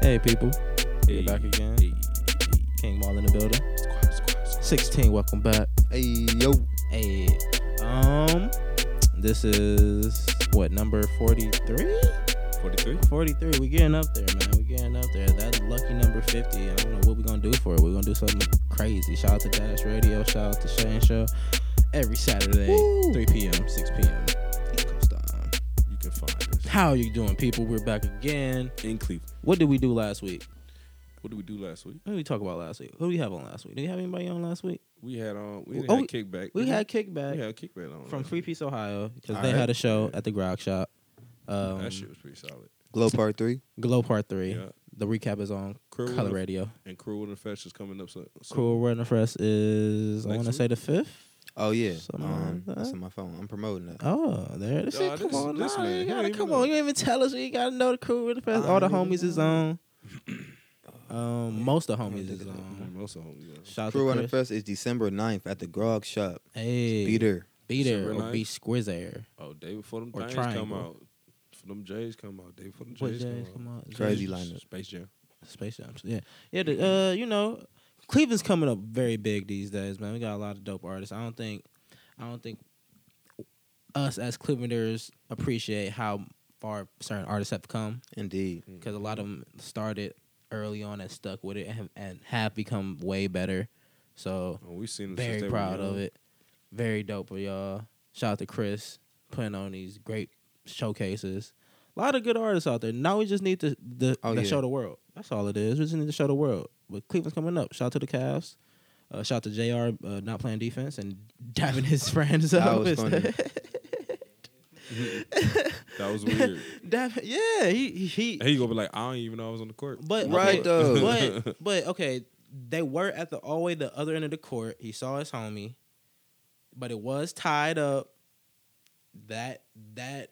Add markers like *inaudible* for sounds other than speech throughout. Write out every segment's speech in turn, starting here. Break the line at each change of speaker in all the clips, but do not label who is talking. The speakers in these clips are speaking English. Hey, people.
Hey,
We're back again.
hey,
King Maul in the building. 16, welcome back.
Hey yo,
Hey, um, this is what, number 43?
43?
43. We getting up there, man. We getting up there. That lucky number 50. I don't know what we're gonna do for it. We're gonna do something crazy. Shout out to Dash Radio. Shout out to Shane Show. Every Saturday,
Woo.
3 p.m., 6 p.m. East Coast time.
You can find us
How you doing, people? We're back again.
in Cleveland.
What did we do last week?
What did we do last week?
What did we talk about last week? Who do we have on last week? Did we have anybody on last week?
We had on. We
Oh,
had kickback.
We had
Mm-hmm. We
Kickback
had kickback on uh,
from
though.
Free Peace, Ohio, because
All
they
right.
had a show at the Grog Shop. Um,
that shit was pretty solid.
Glow Part Three.
Glow Part 3.
Yeah.
The recap is on
Cruel
Color
Winter-
Radio.
and Cruel and Fetch is coming up soon. So
Cruel Runner Fest is, I
Next
want to
week?
say, the 5th.
Oh yeah,
Something
um,
like that.
that's on my phone. I'm promoting that.
Oh, there it is.
Nah,
come
this-
on,
this
nah,
man,
you
he don't
gotta,
even
come
know.
on. You didn't even tell us. You gotta know the crew with the fest. All the
I
homies is
know.
on.
Mm-hmm.
Um, most of the homies
think
is uh,
I know.
on.
Mm, also, yeah.
Shout
Crew
out
Runner
to Chris.
Fest is December 9th at the Grog Shop.
Hey,
Be there.
be there
December
or be
9th.
squizzer.
Oh, day before them
Or
things come
Triangle.
out. For them J's come out. Day before them
What
J's,
Jays
come
come
out.
out?
Crazy
Space-
lineup.
Space Jam.
Space Jams. Yeah, yeah. The, uh, you know, Cleveland's coming up very big these days, man. We got a lot of dope artists. I don't think, I don't think us as Clevelanders appreciate how far certain artists have come.
Indeed.
because a lot of them started early on and stuck with it and have, and have become way better. So
Oh, we seen them since
very
they were
proud of
young.
it. Very dope for y'all. Shout out to Chris putting on these great showcases. A lot of good artists out there. Now we just need to the,
Oh,
the
yeah.
show the world. That's all it is. We just need to show the world. But Cleveland's coming up. Shout out to the Cavs. Uh, shout out to Jr. Uh, not playing defense and *laughs* dabbing his friends
That
up. *laughs*
was funny.
*laughs* That was weird.
*laughs* Dab- yeah, he he
he gonna be like, I don't even know I was on the court.
But
Right,
okay,
though.
But but okay, they were at the all way the other end of the court. He saw his homie, but it was tied up. That that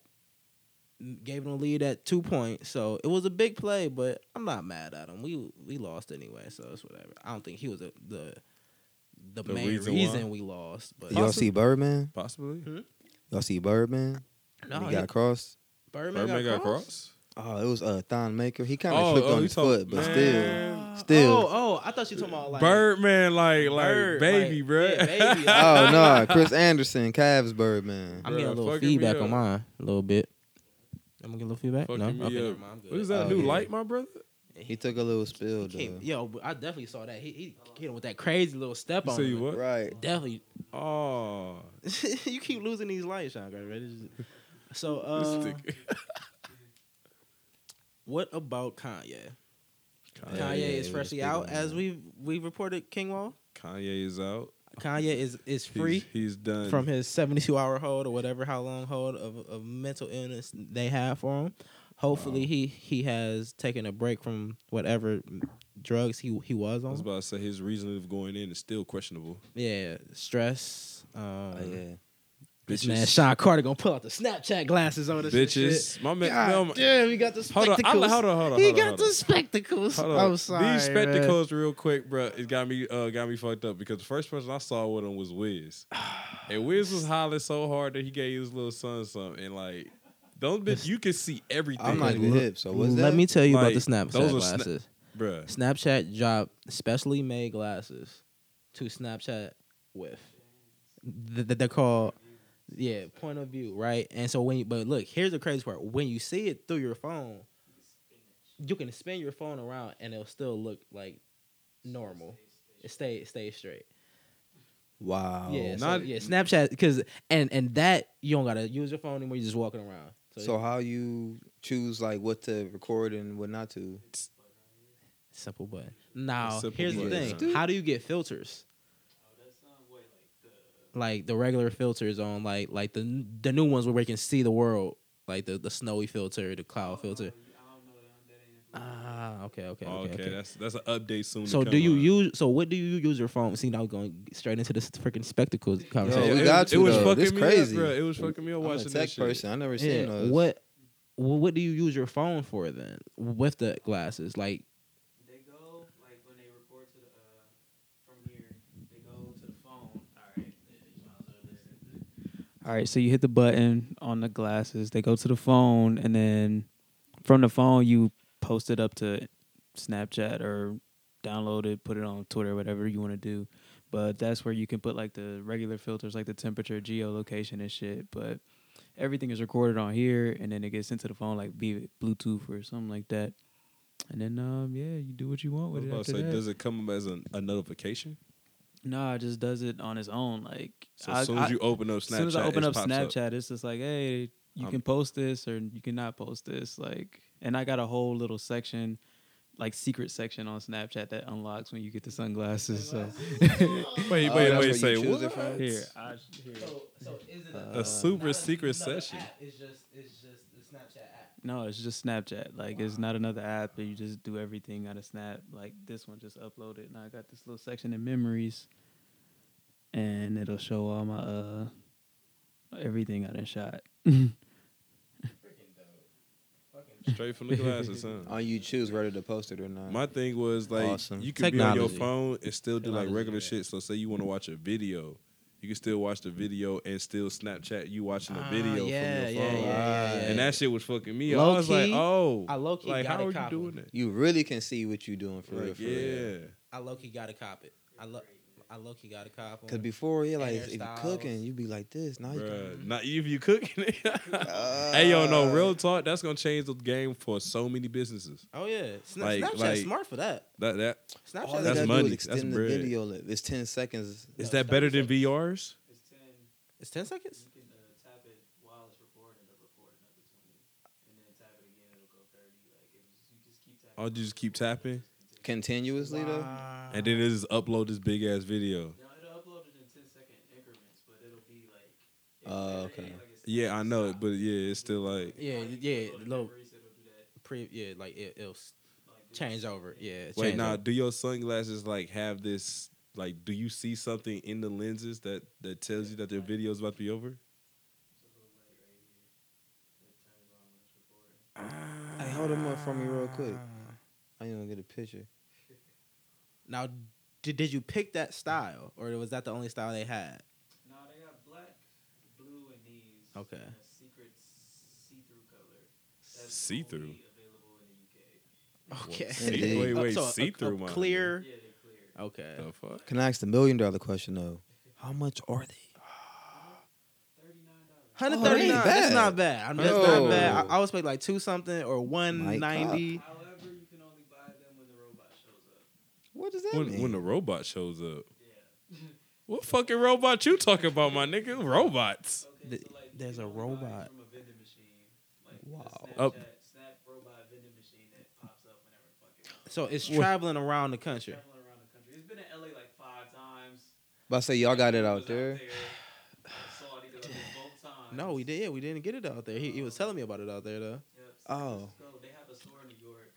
gave him a lead at two points. So it was a big play, but I'm not mad at him. We we lost anyway, so it's whatever. I don't think he was a, the the,
The
main
reason
reason,
why?
we lost. But
Y'all see Birdman?
*laughs* Possibly.
Hmm?
Y'all see Birdman?
no,
he
he-
got crossed.
Birdman,
Birdman got
got crossed.
cross.
Oh, it was uh Thon Maker. He kind of
Oh,
slipped
oh,
on
you
his
talking-
foot, but
Man.
still.
Ah,
Still.
Oh, oh, I thought you were talking about like
Birdman, like, like
Bird,
baby,
like,
bruh.
yeah,
*laughs*
baby. *laughs*
Oh no, Chris Anderson, Cavs Birdman.
I'm getting a
Bruh,
little
fucking me
feedback
up.
on mine a little bit. I'm gonna get a little feedback.
Fucking
no,
me
okay,
up.
never mind, I'm good.
What is that?
Oh,
new
yeah.
light, my brother?
He took a little spill,
He came,
though.
yo, but I definitely saw that. He he hit him with that crazy little step
You
on.
see
him.
what?
Right.
*laughs* Definitely.
Oh,
you keep losing these lights, Sean. Gray, man. It's just- So
this
uh,
nigga.
what about Kanye?
Kanye,
Oh, yeah,
Kanye
yeah,
is
yeah,
freshly
let's
out,
speak on
as
that.
we we reported. King Wall.
Kanye is out.
Kanye is is
He's-
free.
He's, done
from his 72 hour hold or whatever how long hold of, of mental illness they have for him hopefully
Wow.
he he has taken a break from whatever drugs he he was
I was
on
about to say his reason of going in is still questionable.
yeah stress um
Oh, yeah.
this
Bitches.
man Sean Carter gonna pull out the Snapchat glasses on us. and shit.
Bitches, my man.
God
no, my-
damn, he got the
hold on,
spectacles.
hold on, hold on, hold on.
he
hold on,
got
hold
the
on.
spectacles.
Hold
I'm
up.
sorry.
These
man.
spectacles, real quick, bro, it got me uh, got me fucked up because the first person I saw with him
*sighs*
was Wiz, and Wiz was hollering so hard that he gave his little son something. And like, those bitch, you can see everything,
I'm not even
look-
hip, so what's that?
Let me tell you about the
Like,
Snapchat
those are sna-
glasses.
bro.
Snapchat dropped specially made glasses to Snapchat with. Th- th- They're called, yeah, point of view, right? And so when you, but look, here's the crazy part: when you see it through your phone, you can spin your phone around and it'll still look like normal. It stay it stays straight.
Wow.
yeah, so,
Oh, not-
yeah. Snapchat because and and that you don't gotta use your phone anymore. You're just walking around. So,
So how you choose like what to record and what not to?
simple button. Now
simple
here's the
button,
thing:
huh?
how do you get filters? like the regular filters on like like the the new ones where we can see the world like the the snowy filter the cloud
Um,
filter ah okay okay
Oh,
okay, okay,
that's that's an update soon.
so
to come
do you
on.
use so what do you use your phone see now we're going straight into this freaking spectacles
Yo,
conversation
we
it,
got
it,
you,
was
though.
fucking
This
me
crazy.
up, bro. It was fucking me up
I'm a
watching
tech
this
person. I never seen
yeah
those.
what wh- what do you use your phone for then with the glasses like
They go like when they report to the uh, from here, they go to the phone. All right. All right, so you hit the button on the glasses. They go to the phone, and then from the phone you post it up to
Snapchat or download it, put it on Twitter, whatever you want to do. But that's where you can put like the regular filters, like the temperature, geolocation, and shit. But everything is recorded on here, and then it gets sent to the phone, like be it Bluetooth or something like that. And then, um, yeah, you do what you want
I was
with it.
about
After
to say,
that.
does it come up as a, a notification?
nah, it just does it on its own. Like
So
I-
as soon
I-
as you open up Snapchat,
as soon as I open
it
up
pops
Snapchat, it's just like, hey, you
Um,
can post this or you cannot post this. Like, and I got a whole little section, like secret section on Snapchat that unlocks when you get the sunglasses. So
Wait,
*laughs*
Oh,
wait,
that's
wait.
what you
Say
choose it
what?
from?
here, I, here.
So, so is it a,
Uh,
a super
not
secret
not an
session.
app, It's just it's just the Snapchat app.
No, it's just Snapchat. Like, it's not another app. You just do everything out of Snap. Like this one, just upload it, and I got this little section in memories, and it'll show all my uh everything I done shot.
Freaking dope.
Straight from the glasses, huh?
On you choose whether to post it or not.
My thing was like
Oh, Awesome.
you could be on your
Technology.
phone and still do like
Technology,
regular
yeah.
shit. So say you want to watch a video, you can still watch the video and still Snapchat you watching the
Ah,
video
yeah,
from
yeah,
your
yeah,
phone.
yeah,
And
yeah.
that shit was fucking me.
Low
I was
key,
like, oh,
I low key
like
got
how
a
are you
cop
doing
it.
that?
You really can see what you doing for real.
Like,
For real.
yeah.
I low key gotta cop it. I look. I low key gotta cop
Cause
him.
before, yeah, like if, if you
Hairstyles.
cooking, you be like this. Now you Uh,
Bruh,
*laughs* can-
not if you cooking it. *laughs* hey, yo, no, real talk. That's gonna change the game for so many businesses.
oh yeah, Sna-
Like-
Snapchat's
like-
smart for that.
That that
Snapchat.
all they
is-
That's
gotta do
money.
is
That's
extend the
bread.
video lip. It's ten seconds.
is
No,
that better than
Snapchat.
VRs?
It's ten.
It's ten seconds.
You can uh, tap it while it's recording. It'll record another twenty, and then tap it again. It'll go thirty. Like if you just keep tapping.
I'll Oh, just keep tapping,
Continuously though.
Uh,
and then it just upload this big ass video.
No, it'll upload it in 10 second increments, but it'll be like. it-
Oh,
it- it
okay.
ain't like it's-
Yeah, I know it,
stop.
but yeah, it's still like
Yeah,
Like,
yeah,
upload it
low-
memories, it'll do that,
Pre- yeah, like it, it'll s-
like, do
change
that.
over. Yeah.
wait.
change
Now,
over.
do your sunglasses like have this? Like, do you see something in the lenses that that tells you that their video is about to be over?
It's a little light right here. It turns on when it's recording.
Hey, hold them up for me real quick.
Ah.
I ain't gonna get a picture.
Now, did, did you pick that style, or was that the only style they had?
No, they got black, blue, and these.
Okay.
and a secret see through color. That's
See through.
only Available in the UK.
Okay.
see- wait,
wait,
Uh, a-
see-through
a
mine. Oh.
Clear.
Yeah, they clear.
Okay.
The fuck?
Can I ask the million dollar question though? How much are they?
$39.
Hundred
Oh, that
thirty
ain't
nine. That's
bad.
not bad. I'm that's
No.
not
Oh.
bad. I, I would expect like two something or one ninety.
However, you can only buy them when the robot shows up.
What does that
When
mean?
when the robot shows up,
Yeah.
what fucking robot you talking about, my nigga? Robots.
*laughs*
Th-
Okay, so like you
there's
can
a
only buy it
robot.
From a vending machine. Like
Wow.
Snapchat,
Up.
Snap robot vending machine that pops up whenever it fucking.
So it's
What?
traveling around the country.
Traveling around the country. It's been in LA like five times.
But I say y'all got it
It was
out there.
Saw it either up there both times.
No, we did. Yeah, we didn't get it out there. He, he was telling me about it out there though.
Yep, San
Oh.
Francisco, they have a store in New York.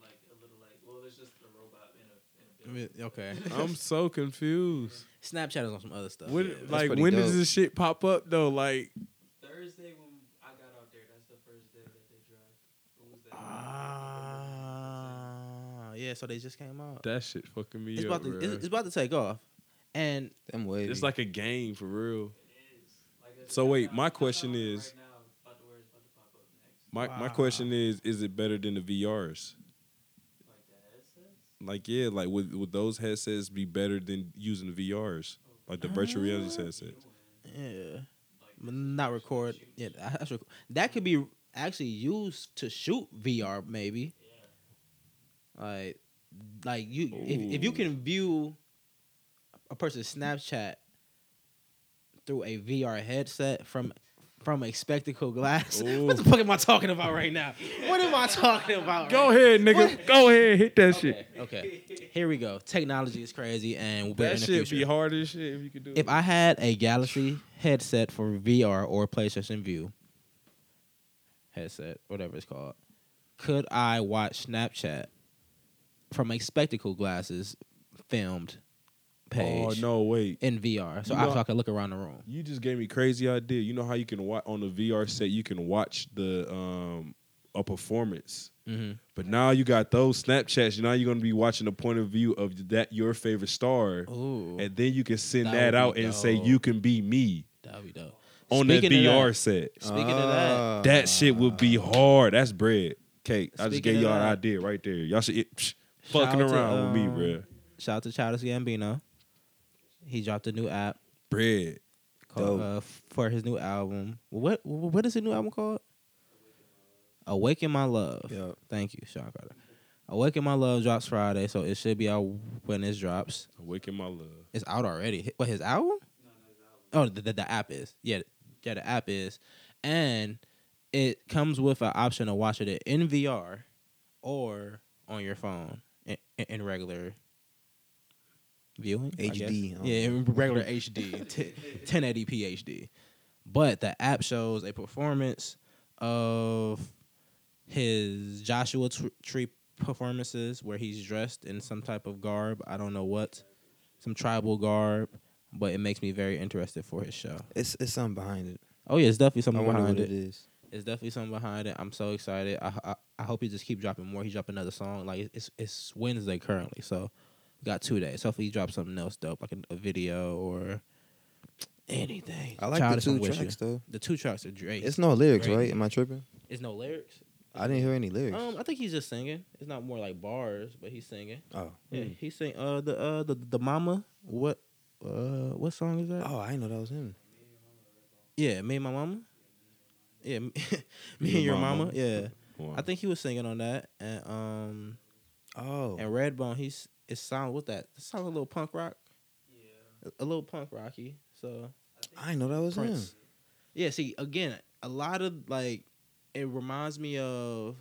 Like a little like well, there's just a robot in a in a
I
building.
mean,
*laughs*
Okay.
I'm so confused.
Snapchat is on some other stuff.
When,
yeah.
like
pretty
when
dope.
does this shit pop up though? Like
Thursday when I got out there, that's the first day that they drive. What was that?
Ah, yeah. So they just came out.
that shit fucking me
It's
up.
about to it's,
bruh.
it's about to take off, and
Them wavy.
It's like a game for real.
It is. Like, it's-
So
it's
wait,
not-
my
it's not
question
on
is-
Right now, about to where it's about to pop up next.
My my
Wow.
question is, is it better than the VRs?
Like the headsets?
Like yeah, like would would those headsets be better than using the VRs? Like the virtual reality headset.
yeah, not record. Yeah, that's rec- that could be actually used to shoot VR maybe. Like, like you if, if you
Ooh.
can view a person's Snapchat through a VR headset from from a spectacle glass. *laughs*
Ooh.
What the fuck am I talking about right now? What am I talking about?
Go
right
ahead, nigga.
What?
Go ahead, hit
now?
that shit.
Okay, okay. Here we go. Technology is crazy, and we're
That
in the
shit
future.
be hard as shit if you could do
If
it. Oh,
I had a Galaxy headset for VR or PlayStation View headset, whatever it's called, could I watch Snapchat from a spectacle glasses filmed
oh
page
no, wait.
in VR? So
You
I,
know-
so I could look around the room.
You just gave me crazy idea. You know how you can watch on the VR set, you can watch the um a performance.
Mm-hmm.
But now you got those Snapchats. Now you're gonna be watching the point of view of that your favorite star,
Ooh,
and then you can send
Oh. That
that,
would be
out and say
dope.
you can be me
that'd be dope.
on
Speaking
the
of
VR
that-
set.
Ah.
Speaking of that,
That shit would be hard. That's bread. Cake. I just
Speaking
gave
of
y'all an
that-
idea right there. Y'all should it, psh,
Shout
fucking
out to,
around with me,
um,
bro.
Shout out to Childish Gambino. He dropped a new app
Bread.
called,
Dope.
uh, for his new album. What what is his new album called? Awaken My Love.
Yeah.
Thank you, Sean Carter. Awaken My Love drops Friday, so it should be out when it drops.
Awaken my love.
It's out already. Hi- What his album? Oh, the, the, the app is. Yeah, th- yeah, the app is, and it comes with an option to watch it in VR or on your phone in, in, in regular viewing. I guess.
HD, huh?
Yeah, in regular HD, t- 1080p HD. But the app shows a performance of his Joshua Tr- Tree performances where he's dressed in some type of garb. I don't know what, some tribal garb, but it makes me very interested for his show.
It's it's something behind it.
Oh yeah, it's definitely
I
something
wonder
behind
what
it.
it is.
It's definitely something behind it. I'm so excited. I, I I hope he just keep dropping more. He dropped another song. Like it's it's Wednesday currently, so we got two days. Hopefully he drops something else dope, like a, a video or anything.
I like
Childish,
the
I'm
two
with
tracks
you.
though.
The two tracks are Drake.
It's no lyrics,
Drake.
right? Am I tripping?
it's no lyrics.
I didn't hear any lyrics.
Um, I think he's just singing. It's not more like bars, but he's singing.
oh,
Yeah, he's sing. Uh, the uh the the mama. What uh what song is that?
oh, I didn't know that was him.
Yeah, me and my mama. Yeah, *laughs* me, me
Your
and your
mama.
mama. Yeah,
Wow.
I think he was singing on that, and um,
Oh,
and Redbone. He's it sound what that? It sounds a little punk rock,
Yeah.
a- a little punk rocky. So
I didn't know that was
Prince. Yeah, see, again, a lot of like it reminds me of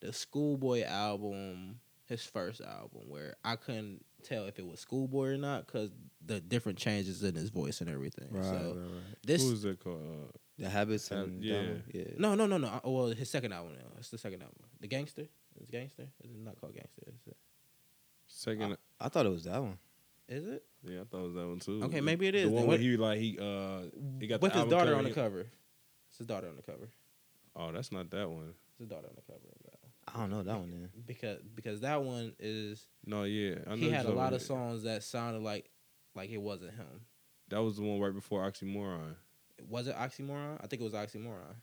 the Schoolboy album, his first album, where I couldn't tell if it was Schoolboy or not because the different changes in his voice and everything.
him. Right,
so
right, right.
this
Who is that called? Uh,
The habits
Hab-
and
yeah.
Donald, yeah.
no, no, no, no. uh, Well, his second album. Now. It's the second album. The Gangster. Is it Gangster? Is it not called Gangster? Is it?
Second. uh,
I thought it was that one.
Is it?
yeah, I thought it was that one too.
Okay, maybe it is.
The
Then
one where
what-
he like he uh he got
With
the
his
album
daughter
cover,
on the
he-
cover. It's his daughter on the cover.
Oh, that's not that one.
It's his daughter on the cover. of that.
I don't know that one. Then.
Because because that one is
No, yeah. I know
he had a
you're
lot of
talking about.
songs that sounded like like it wasn't him.
That was the one right before Oxymoron.
Was it oxymoron? I think it was oxymoron.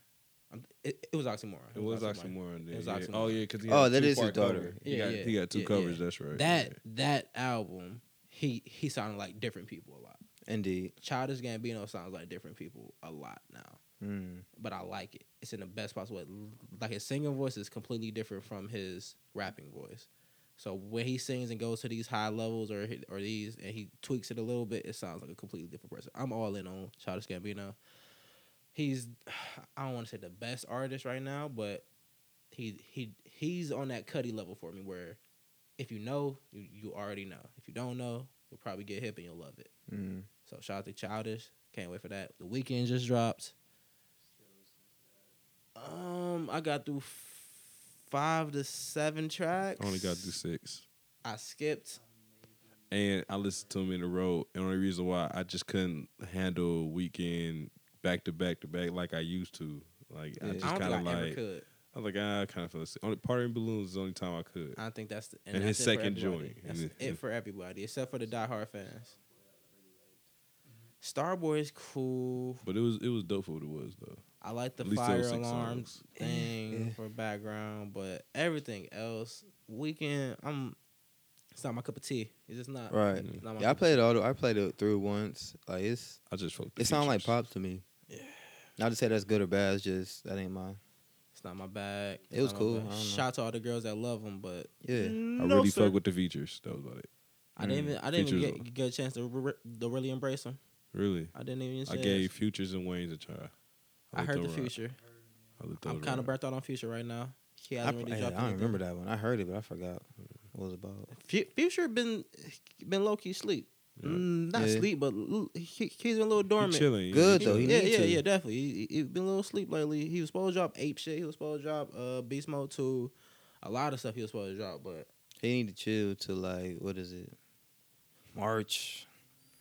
I'm, it, it was oxymoron.
It was Oxymoron. then,
It was
yeah.
Oxymoron.
Oh yeah, because
Oh, that is his daughter.
He,
Yeah,
got,
yeah,
he got two
yeah,
covers.
yeah.
That's right.
That that album, he he sounded like different people a lot.
Indeed.
Childish Gambino sounds like different people a lot now,
Mm.
but I like it. It's in the best possible way. Like his singing voice is completely different from his rapping voice. So when he sings and goes to these high levels or he- or these and he tweaks it a little bit, it sounds like a completely different person. I'm all in on Childish Gambino. He's *sighs* I don't want to say the best artist right now, but he he he's on that Cuddy level for me where if you know, you, you already know. If you don't know, you'll probably get hip and you'll love it.
Mm.
So shout out to Childish. Can't wait for that. The weekend just dropped. Um, I got through f- five to seven tracks.
I only got through six,
I skipped.
and I listened to him in the road. And only reason why I just couldn't handle weekend back to back to back like I used to. Like I
Yeah.
just
I don't
kind of
think I ever
like
could.
I was like ah, I kind of feel sick. Only party in balloons is the only time I could.
I think that's the,
And
that's
his
it for
second
everybody.
joint.
That's
And it-
it for everybody except for the diehard fans. Starboy is cool.
But it was it was dope for what it was though.
I like the
At least there
fire
was six
alarm
songs.
thing
Yeah.
for background, but everything else, weekend, I'm. It's not my cup of tea. It's just not.
Right.
it's Uh, not my
Yeah, I
cup of
played it all. the- I played it through once. Like it's
I just felt the
it sounds like
features.
pop to me. Not to say that's good or bad. It's just that ain't my.
It's not my bag.
It
It's
was
not my
cool.
bag.
I don't know.
Shout out to all the girls that love him, but
Yeah.
I
no,
really
sir.
fuck with the features. That was about it.
I didn't
Mm,
even. I didn't even
Features.
get, get a chance to, re- to really embrace him.
Really,
I didn't even. Get a
I
chance.
gave futures and Wayne's a try.
I
let
heard the
them ride.
future.
I let
I'm
those
kind of
ride.
burnt out on future right now. He
I, I,
hasn't really dropped.
don't remember that one. I heard it, but I forgot what it was about.
Fu- Future been been low key sleep.
Yeah.
Mm, not
Yeah.
sleep, but l- he, has been a little dormant.
He chilling.
Good,
He-
though. He
yeah,
need
yeah,
to.
yeah, definitely. He, he- he been a little sleep lately. He was supposed to drop ape shit. He was supposed to drop uh beast mode two, a lot of stuff he was supposed to drop. But
He need to chill to like what is it? March.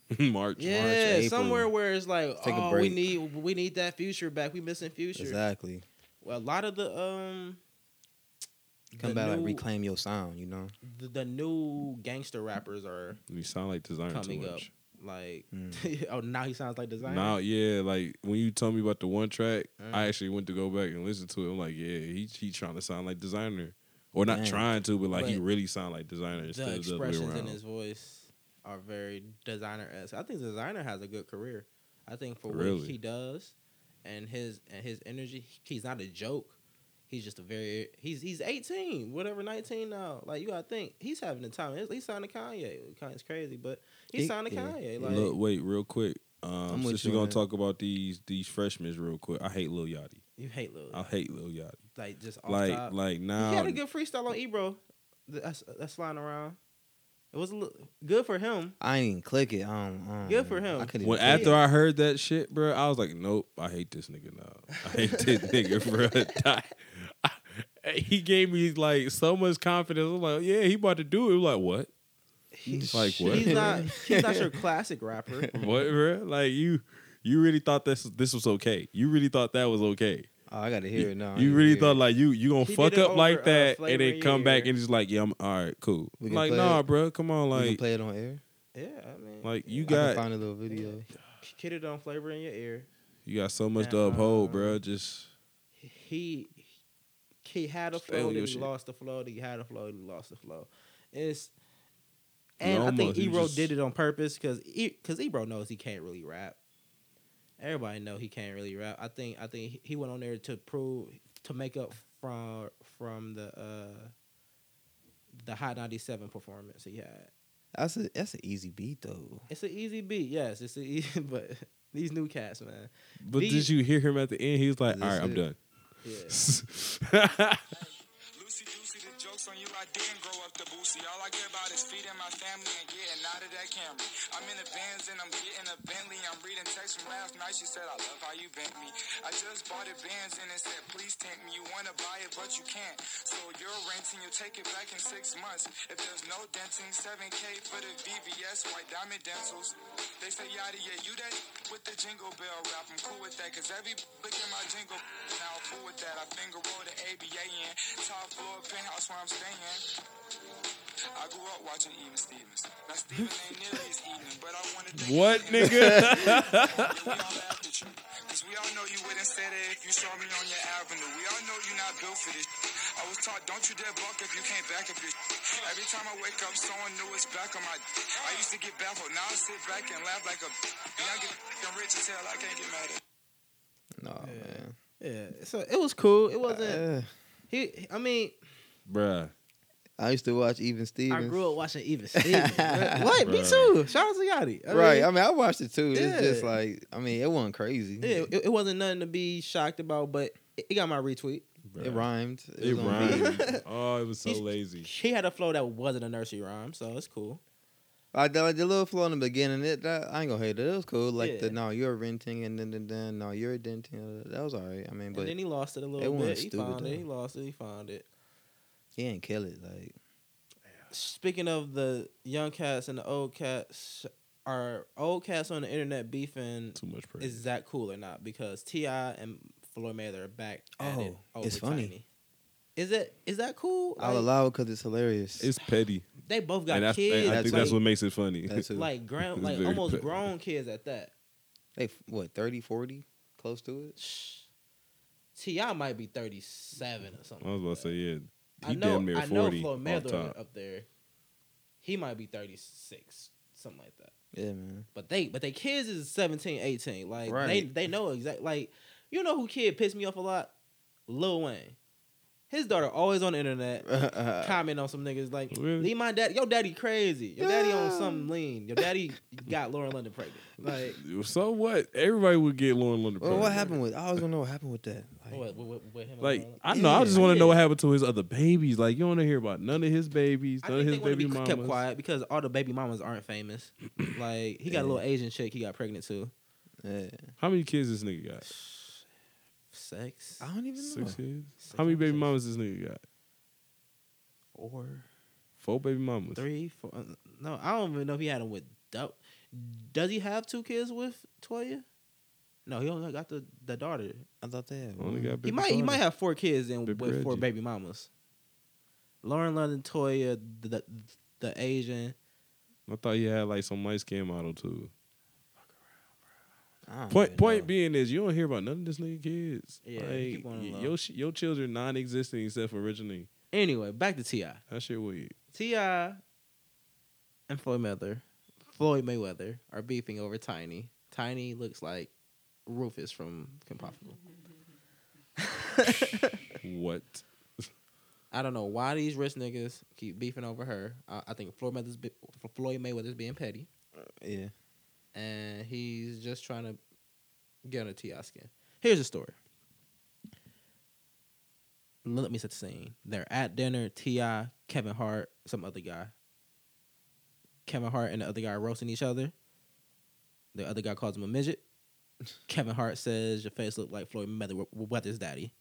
*laughs* March. March.
Yeah,
April.
somewhere where it's like,
Take a
oh, we
break.
need we need that future back. We missing future.
Exactly.
Well, a lot of the um,
Come
the
back
new-
like reclaim your sound. You know.
the, the new gangster rappers are
We sound like design too
Coming up.
much.
Like,
Mm.
*laughs* oh, now he sounds like Designer.
Now, yeah, like when you told me about the one track,
Mm.
I actually went to go back and listen to it. I'm like, yeah, he he trying to sound like designer, or not
Dang.
trying to, but like he
But
really sound like designer instead
the
of the other way
expressions in
around.
his voice are very designer esque. I think designer has a good career. I think for what
Really?
he does and his and his energy, he's not a joke. He's just a very he's he's eighteen, whatever nineteen now. Like you gotta think he's having the time. He signed to Kanye. Kanye's crazy, but he
He-
signed to
yeah.
Kanye. Like
Look, wait, real quick. Um,
I'm with
since
you
we're gonna
on that.
talk about these these freshmen real quick, I hate Lil Yachty.
you hate Lil,
I hate Lil Yachty.
like just off
Uh, Like
top.
like now,
he had a good freestyle on Ebro. Th- That's that's flying around. It was a little, good for him.
I ain't even click it. I don't, I don't
Good for him.
I couldn't
When
even click
after
it.
I heard that shit, bro, I was like, nope, I hate this nigga now. I hate
*laughs*
this nigga, bro. *laughs* I- I- he gave me like so much confidence. I'm like, yeah, he about to do it. I'm like, what?
He's
like, what?
He's
*laughs*
not he's not your classic rapper.
Mm-hmm.
What, bro? Like you, you really thought this this was okay? You really thought that was okay?
oh, I gotta hear it now. I
you
gotta
really
hear
thought
it.
like you you gonna
He
fuck
did it
up like
over, uh,
that
Flavor
and then
in
come
Your
back
Ear.
and just like, yeah, I'm all right, cool.
We can
Like,
play
nah,
it.
bro, come on,
we can
like,
play it on air.
Yeah, I mean,
like you
I can
got
find a little video.
kid it on flavor in your ear.
you got so much to
Nah.
uphold, bro. Just
He he had a
Stay
flow,
on your
then he
shit.
lost the flow, then he had a flow, then he lost the flow. It's
You
and I
almost-
think
you
Ebro
just-
did it on purpose because because Ebro knows he can't really rap. Everybody know he can't really rap. I think I think he- he went on there to prove to make up from from the uh the Hot 97 performance he had.
That's a that's an easy beat though.
It's an easy beat, yes, it's an easy, *laughs* but these new cats, man.
but
These-
did you hear him at the end? He was like, all
That's
right, I'm
it.
done.
Yeah.
Lucy Juicy, the joke's on you. I didn't grow up the boosie. All I care about is feeding my family and getting out of that camera. I'm in the vans and I'm getting a Bentley. I'm reading text from last night. She said, I love how you bent me. I just bought a Benz and it said, please tempt me. You want to buy it, but you can't. So you're renting. You'll take it back in six months. If there's no denting, 7K for the VVS White Diamond Dentals. They say, yada, yeah, you that with the jingle bell rap. I'm cool with that. Cause every look at my jingle. Now I'm cool with that. I finger roll the ABA in. Top floor penthouse where I'm staying. I grew up watching Even Stevens. Now Steven ain't nearly as even, but I wanted to.
*laughs* what,
*laughs*
nigga?
We all laughed at you. Cause we all know you wouldn't say that if you saw me on your avenue. We all know you're not built for this. I was taught, don't you dare buck if you can't back up your. Every time I wake up, someone new is back on my. I used to get baffled. Now I sit back and laugh like a. Younger and rich as hell. I can't get mad at
No
Yeah.
man.
Yeah, so it was cool. It wasn't.
Uh,
He, I mean,
Bruh.
I used to watch Even Stevens.
I grew up watching
*laughs*
Even Stevens. what? Me
Right.
too. Shout out to Yachty. I
right.
mean,
I mean, I watched it too. It's just
Yeah.
like I mean, it wasn't crazy.
yeah, it, it wasn't nothing to be shocked about, but it, it got my retweet.
It rhymed.
It
was on beat.
rhymed. oh, it was so
He's-
lazy.
He had a flow that wasn't a nursery rhyme, so it's cool.
Like the, like the little flow in the beginning, it that, I ain't gonna hate it. It was cool. Like
Yeah.
the now you're renting and then then then now you're denting. uh, That was alright. I mean, but
and then he lost it a little
it wasn't
bit. He
stupid,
found
though.
it. He lost it. He found it.
he ain't kill it. Like
Speaking of the young cats and the old cats, are old cats on the internet beefing?
Too much praise.
Is that cool or not? Because Ti and Floyd Mayweather are back. at it
Oh,
over
it's funny.
Tiny. Is it? Is that cool?
I'll
Like,
allow it because it's hilarious.
it's petty.
they both got
And that's,
kids.
and I think
like-
that's what makes it funny.
that too.
like ground,
It's
like
very
almost
petty.
grown kids at that.
they f- what 30, 40? close to it.
Shh. Ti might be thirty seven or something.
*laughs* I was about to say, yeah.
I
He
know,
damn near
I know
40
Floyd
off
Mayweather
top.
up there. He might be thirty six, something like that.
Yeah, man.
But they, but they kids is 17, 18. Like they,
Right.
they know exact. Like you know who kid pissed me off a lot? Lil Wayne. His daughter always on the internet. comment on some niggas like
Really?
leave my dad your daddy crazy your daddy on
Yeah.
something lean your
*laughs*
daddy got Lauren London pregnant like
so what? Everybody would get Lauren London.
*laughs* well, what
pregnant.
happened with? I always gonna know what happened with that. Like,
what, what, what, what him and
Like
Lauren London-
I know, I just
Yeah.
want to know what happened to his other babies. Like you don't want to hear about none of his babies,
I
none of
think they
his
want to
baby
be
mamas.
kept quiet because all the baby mamas aren't
*clears throat*
famous. Like he got a little Asian chick he got pregnant to.
yeah.
How many kids this nigga got?
Sex.
I don't even know.
Six kids. How many baby mamas this nigga got?
Four,
Four baby mamas.
three, four. uh, No, I don't even know if he had him with. Dou- Does he have two kids with Toya? No, he only got the, the daughter.
I thought they had
Only
one.
got
He
baby
might he
Carter.
might have four kids and
Baby
with four
Reggie.
baby mamas. Lauren London, Toya, the the, the Asian.
I thought he had like some light skin model too.
don't
Point
even
point
know.
being is you don't hear about none of this nigga kids.
uh, Yeah,
like,
keep on
y-
low.
your sh- your children non-existent except for originally.
Anyway, back to Ti.
That shit weird.
Ti and Floyd Mayweather, Floyd Mayweather are beefing over Tiny. Tiny looks like Rufus from Kim Possible. *laughs*
What? *laughs*
I don't know why these rich niggas keep beefing over her. I, I think Floyd Mayweather's, be, Floyd Mayweather's being petty.
Yeah.
and he's just trying to get on a Ti skin. Here's a story. Let me set the scene. They're at dinner. Ti, Kevin Hart, some other guy. Kevin Hart and the other guy are roasting each other. The other guy calls him a midget. *laughs* Kevin Hart says, "Your face look like Floyd Mayweather- Mayweather's daddy,"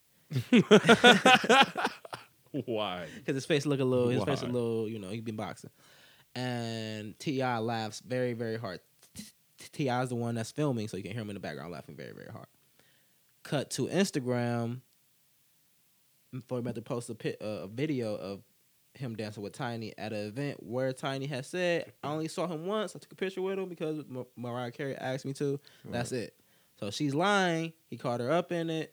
Why?
because his face look a little. His face a
Why?
little. You know, he been boxing. And Ti laughs very, very hard. Ti is the one that's filming, so you can hear him in the background laughing very, very hard. Cut to Instagram. Floyd Mayweather posts a, pi- uh, a video of him dancing with Tiny at an event where Tiny has said, "I only saw him once. I took a picture with him because Ma- Mariah Carey asked me to. That's it." So she's lying. He caught her up in it.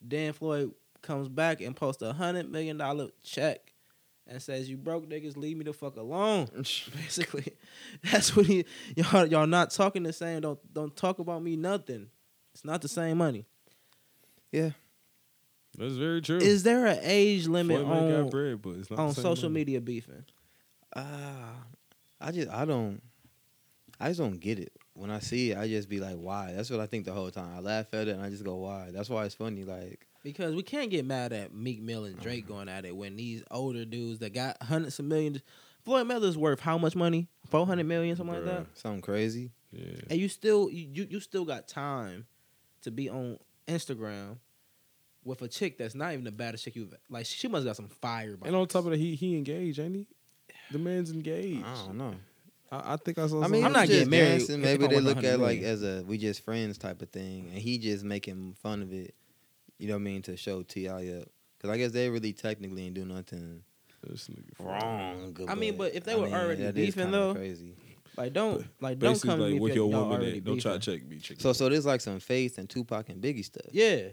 Then Floyd comes back and posts a hundred million dollar check and says, "You broke niggas, leave me the fuck
*laughs*
alone." Basically, that's what he y'all y'all not talking the same. Don't don't talk about me nothing. It's not the same money.
That's very true.
Is there an age limit
Floyd May Mm. got
on
bread, but it's not
on
the same
social
money.
media beefing?
Ah, I just I don't I just don't get it. When I see it, I just be like, why? That's what I think the whole time. I laugh at it and I just go, why? That's why it's funny. Like,
Because we can't get mad at Meek Mill and Drake going at it when these older dudes that got hundreds of millions. Floyd Mayweather's worth how much money? Four hundred million, something like
Bruh.
that.
something crazy.
Yeah.
and you still you, you you still got time to be on Instagram with a chick that's not even the baddest chick you've like. She must have got some fire.
And on top of that, he he engaged, ain't he? The man's
I
engaged.
don't know.
I, I think I saw.
I mean,
something-
I'm not
it's
getting
just
married
dancing.
if
Maybe
it's
they
only
look at
100
like
million.
as a we just friends type of thing, and he just making fun of it. You know what I mean? To show Ti up, because I guess they really technically ain't do nothing
This nigga
wrong.
I mean, but if they were already
that is
beefing,
kinda
though-
Crazy.
like don't like don't come to
Basically,
me
like
if
with your
y'all
woman,
already
at. don't try to
beefing.
check me, chick.
So, so there's like some Faith and Tupac and Biggie stuff.
Yeah,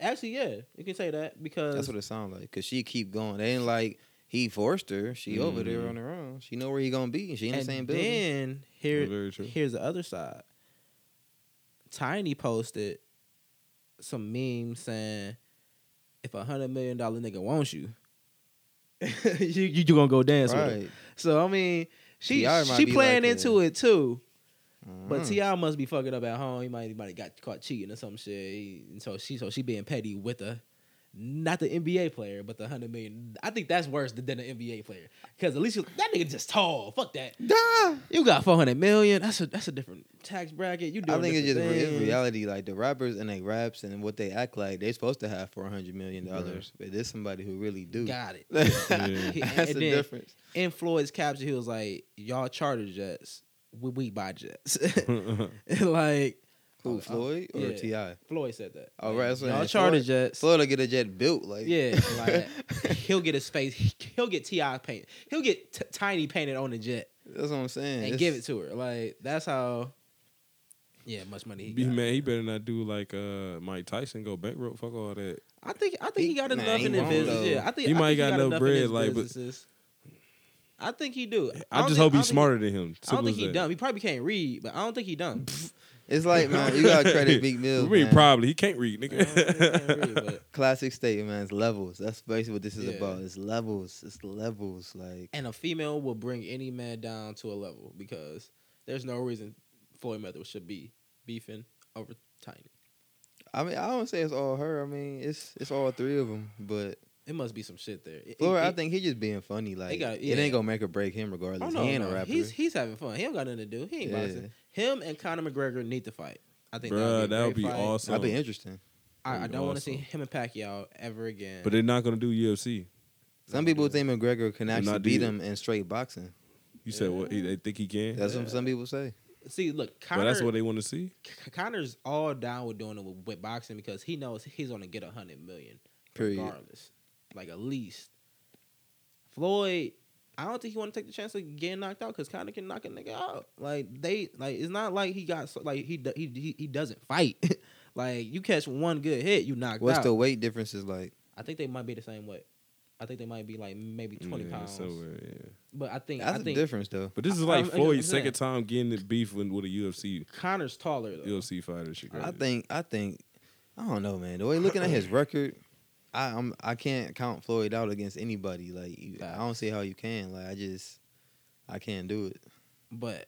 actually, yeah, you can say that because
That's what it sounds like. Cause she keep going. They ain't like he forced her. She over there
Mhm.
on her own. She know where he gonna be. She in
Mm-hmm.
the
and
same building.
then here
Very true.
here's the other side. Tiny posted some memes saying, "If a hundred million dollar nigga wants you, *laughs* you, you you gonna go dance with him."
right.
So I mean, she
T.I. might
she
be
playing
like
into it too. But
Mhm.
Ti must be fucking up at home. He might he might have got caught cheating or some shit. He- and so she so she being petty with a not the NBA player, but the hundred million. I think that's worse than, than an NBA player because at least you, that nigga just tall. Fuck that. You got four hundred million. That's a that's a different tax bracket. You
Mm-hmm. I
doing
think it's just
different
re-
things.
reality. Like the rappers and they raps and what they act like, they supposed to have four hundred million dollars, but there's somebody who really do. *laughs*
Got it.
That's
Yeah.
He- and
the
then-
difference.
In Floyd's capture, he was like, "Y'all charter jets, we, we buy jets." *laughs* like
Who
Oh,
Floyd or
yeah.
Ti?
Floyd said that.
Oh,
Like,
right, that's what I
Y'all
asked.
charter
Floyd-
jets.
Floyd will get a jet built. Like
Yeah, like he'll get his face. He'll get Ti paint. He'll get t- tiny painted on the jet
*laughs* that's what I'm saying.
and
It's-
give it to her. Like that's how. Yeah, much money he
*laughs* Be-
got.
man, he better not do like uh Mike Tyson, go bankrupt, fuck all that.
I think I think he,
He-
got
man,
enough
he
in his
wrong,
business.
though.
Yeah, I think
He
I
might
think
got
got
no
enough
bread,
in his
like, but-
businesses. I think he do. I
I
don't
just
think-
hope
I
he's
don't think-
smarter than him.
I don't
Simple
think
as
he
that.
dumb. He probably can't read, but I don't think he
*laughs*
dumb. *laughs*
It's like man, you gotta credit Big Mills.
I mean,
man.
probably he can't read,
I don't think he can't read,
*laughs* nigga.
but-
Classic statement, man. It's levels. That's basically what this is
Yeah.
about. It's levels. It's levels. Like
and a female will bring any man down to a level because there's no reason Floyd Mayweather should be beefing over Tiny.
I mean, I don't say it's all her. I mean, it's it's all three of them. But
It must be some shit there. It-
Flora,
it-
I think he just being funny. Like
got-
it
yeah.
ain't gonna make or break him
Oh,
regardless.
no,
he ain't
no.
a rapper.
He's he's having fun. He don't got nothing to do. He ain't boxing. Him and Conor McGregor need to fight. I think
Bruh, that would be
awesome.
awesome.
That'd be interesting.
I, I
That'd be
don't want to see
awesome.
him and Pacquiao ever again.
But they're not gonna do UFC.
Some people think McGregor can actually
not
beat
do it.
him in straight boxing.
You said what? He, they think he can.
That's
Yeah.
what some people say.
see, look, Conor,
but that's what they want to see.
Conor's all down with doing it with, with boxing because he knows he's going to get a hundred million
Period.
regardless, like at least. Floyd I don't think he want to take the chance of getting knocked out because Conor can knock a nigga out. Like they, like it's not like he got so, like he do- he he, he doesn't fight. *laughs* like you catch one good hit, you knocked
What's
out.
the weight differences like?
I think they might be the same weight. I think they might be like maybe twenty
Yeah,
pounds.
somewhere, yeah.
But I think
That's
I
a
think
difference though.
But this is
I-
like
I'm- I'm
Floyd's
saying.
second time getting the beef with, with a UFC
Connor's taller though.
UFC fighter. She
I
crazy.
think I think I don't know, man. The way looking at
*laughs*
his record, I I'm, I can't count Floyd out against anybody. Like you, I don't see how you can. Like I just I can't do it.
But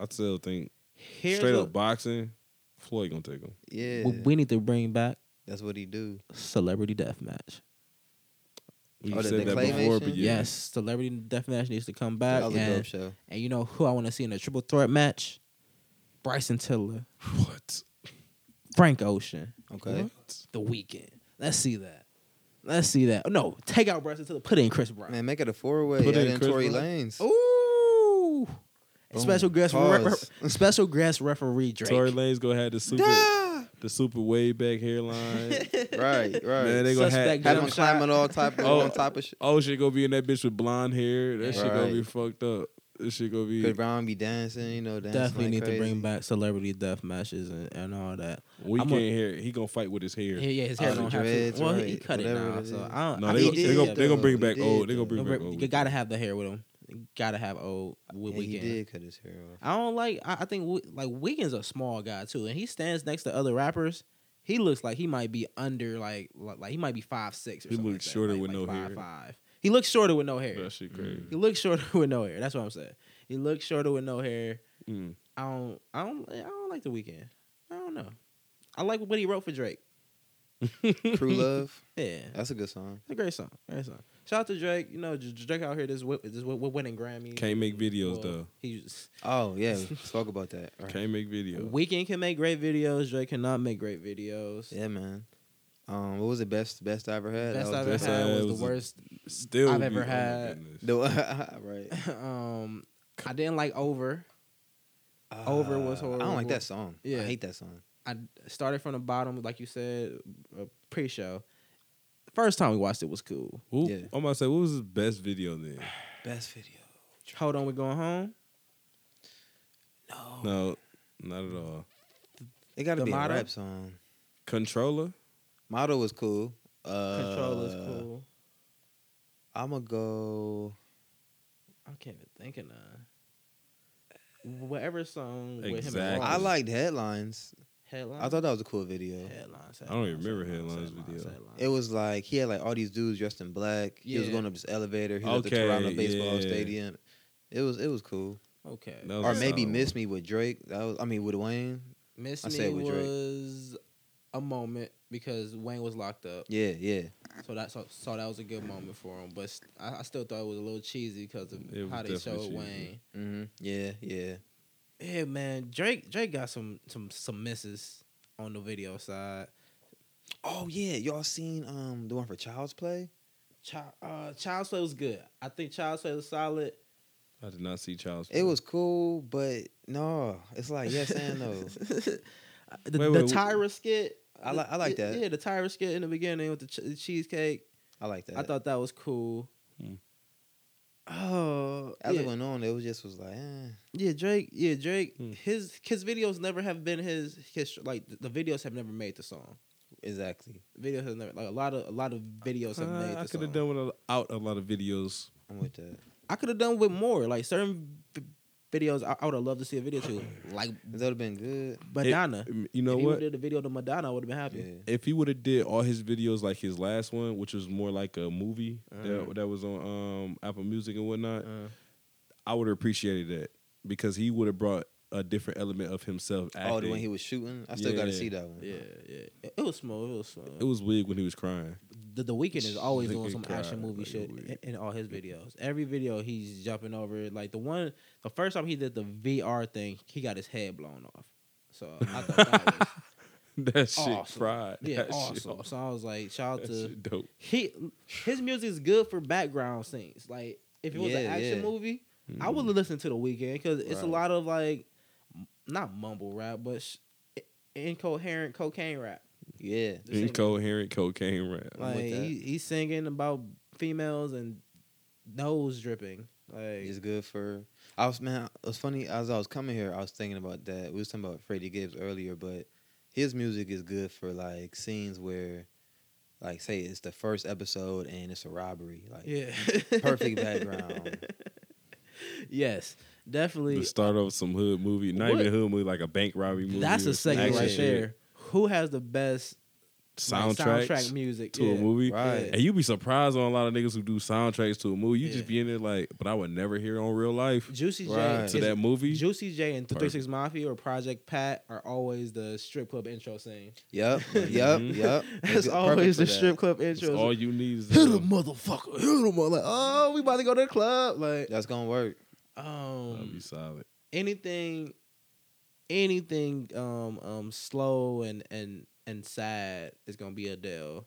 I still think
here's
straight
what
up boxing, Floyd gonna take him.
Yeah,
we, we need to bring back
that's what he do.
celebrity deathmatch.
You
Oh, the-
said
the
that before, but
claymation?
yeah.
Yes, celebrity deathmatch needs to come
That
back.
was a dope
And,
show.
and you know who I want to see in a triple threat match? Bryson Tiller,
*laughs* What?
Frank Ocean.
Okay,
the weekend. Let's see that. Let's see that. No, take out Bryson Tiller. Put in Chris Brown.
man, make it a four way.
Put
Put
in
in
Chris
Tory
Brown.
Lanes.
Ooh.
Boom.
Special guest re-
Pause.
re- special guest referee Drake.
Tory Lanez gonna have the super
Ah!
the super way back
*laughs*
hairline.
*laughs*
right, right.
Man, they gonna have
Suspect
Have
Jump
him
shot.
climbing all type
*laughs*
of
Oh.
on top of shit.
oh shit gonna be in that bitch with blonde hair. That shit gonna be
Right.
fucked up. That shit gonna be
Chris Brown be dancing, you know, dancing
Definitely
like
need
crazy.
to bring back celebrity death matches and, and all that.
weekend
I'ma-
hair. He gonna fight with his hair.
Yeah, yeah his hair
Oh, the
don't have
dreads,
to. Well, he- he
right,
cut it
whatever
now,
it
so
is.
I don't.
No,
I
they,
mean,
gon- they,
yeah,
gonna, they gonna bring
He
back
did,
old. They gonna bring
no,
back
but
old.
You gotta have the hair with him. Gotta have old
Yeah,
with
he
weekend.
did cut his hair off.
I don't like. I, I think we, like Wiggins a small guy too, and he stands next to other rappers. He looks like he might be under like like, like he might be five six. Or
He
something
looks
like that,
shorter
like-
with
like
no
five,
hair.
Five. He looks shorter with no hair.
That shit crazy.
He looks shorter *laughs* with no hair. That's what I'm saying. He looks shorter with no hair.
Mm.
I don't. I don't. I don't like the weekend. I don't know. I like what he wrote for Drake.
*laughs*
*laughs*
True Love,
Yeah,
that's a
*laughs*
good song.
it's a great song. Great song. Shout out to Drake. You know, J- Drake out here this wi- this wi- wi- winning Grammy.
Can't make videos though.
He's
Oh yeah, let's talk about that. All right.
Can't make videos.
Weekend can make great videos. Drake cannot make great videos.
Yeah, man. Um, what was the best best I ever had?
Best I've
that
ever
was
best I
had was,
was-
the worst. *laughs*
Still,
I've
be-
ever
oh my
had.
goodness.
*laughs* the *laughs* right.
um, I didn't like Over. *laughs* Over was
Uh, I don't like
horrible.
that song. Yeah,
Yeah.
I hate that song.
I started from the bottom, like you said, uh, pre-show. First time we watched it was cool.
Who,
Yeah.
I'm about to say, what was his best video then?
Best video.
Hold on, we're going home.
No, not at all.
It got
The
to be
Motto?
a rap song.
Controller.
Motto was cool. Uh,
Controller's cool.
I'm gonna go.
I can't even think of none. Whatever song with him
Exactly.
and
I
Ross.
liked headlines.
headlines.
I thought that was a cool video.
headlines.
I don't even
Headlines,
remember
headlines,
Headlines' video.
headlines.
It was like he had like all these dudes dressed in black. He was
Yeah.
going up this elevator. He was at the
Okay,
Toronto baseball
yeah.
stadium. It was it was cool.
okay.
That was
Or
a
maybe
solid
miss
one.
me with Drake. That was I mean with Wayne.
Miss
I
Me
said with Drake.
was a moment because Wayne was locked up.
Yeah, yeah.
So that so, so that was a good moment for him, but st- I, I still thought it was a little cheesy because of
It was
how they showed
definitely
Wayne.
cheesy.
hmm Yeah, yeah.
Yeah, man, Drake Drake got some some some misses on the video side.
Oh yeah, y'all seen um the one for Child's Play?
Child, uh, Child's Play was good. I think Child's Play was solid.
I did not see Child's. Play.
It was cool, but no, it's like Uh, yes and
*laughs*
no.
the,
Wait,
the
wait, wait.
Tyra skit.
I li- I like
yeah,
that.
Yeah, the Tyra skit in the beginning with the, ch- the cheesecake.
I like that.
I thought that was cool.
Hmm.
Oh,
as
yeah.
it went on, it was just was like, eh.
Yeah, Drake. Yeah, Drake.
Hmm.
His his videos never have been his his like the videos have never made the song.
exactly.
Videos have never like a lot of a lot of videos have made.
Uh,
The
I could have
song.
done without a lot of videos.
I'm with that.
I could have done with more like certain v- videos. I, I would have loved to see a video too,
*clears throat*
like
That would have been good.
Madonna.
Mm, You
if
know
he would
what?
have did a video to Madonna, I would have been happy.
Yeah.
If he would have did all his videos like his last one, which was more like a movie
Uh-huh.
that, that was on um, Apple Music and whatnot,
Uh,
I would have appreciated that because he would have brought a different element of himself. Acting.
Oh, the one he was shooting. I still got to
Yeah.
see that one.
yeah, yeah. It, it was smooth. It was smooth.
it was wig when he was crying. *laughs*
the, the weekend is always
They
doing
could
some
cry
action movie
like a
shit
week.
in, in all his videos. Every video he's jumping over. it. Like the one, the first time he did the VR thing, he got his head blown off. So I thought that was
*laughs* that shit
Awesome.
fried.
yeah,
that Shit,
awesome. So I was like, shout out
that
to
shit dope.
he. His music is good for background scenes. Like if it was an
Yeah,
action
yeah.
movie, I would listen to the weekend because it's a
Right.
lot of like, m- not mumble rap, but sh- incoherent cocaine rap.
Yeah.
The same-
incoherent cocaine rap.
I'm with
Like
that.
he, he's singing about females and nose dripping. Like
It's good for. I was man. It was funny as I was coming here. I was thinking about that. We was talking about Freddie Gibbs earlier, but his music is good for like scenes where, like, say it's the first episode and it's a robbery. Like,
yeah,
*laughs* perfect background.
*laughs* Yes, definitely.
To start off some hood movie, not
What?
even hood movie, like a bank robbery movie.
That's
or
a
some
segment
action
right
shit,
there. Who has the best like,
Soundtracks
soundtrack music
to a
Yeah.
movie.
Right.
And you be surprised on a lot of niggas who do soundtracks to a movie. You
Yeah.
just be in there like, but I would never hear on real life
Juicy J
Right.
is-
to that movie.
Juicy J and Three
Perfect.
Six Mafia or Project Pat are always the strip club intro scene. *laughs*
Yep. Yep.
mm-hmm.
Yep.
mm-hmm. That's
good- perfect
always
for
the
that.
strip club
It's
intro.
all you need is
Hit a
them.
motherfucker! Hit a mother. Like, oh, we about to go to the club. Like,
That's gonna work.
That'd
um,
be solid.
anything anything um um slow and and and sad is gonna be Adele.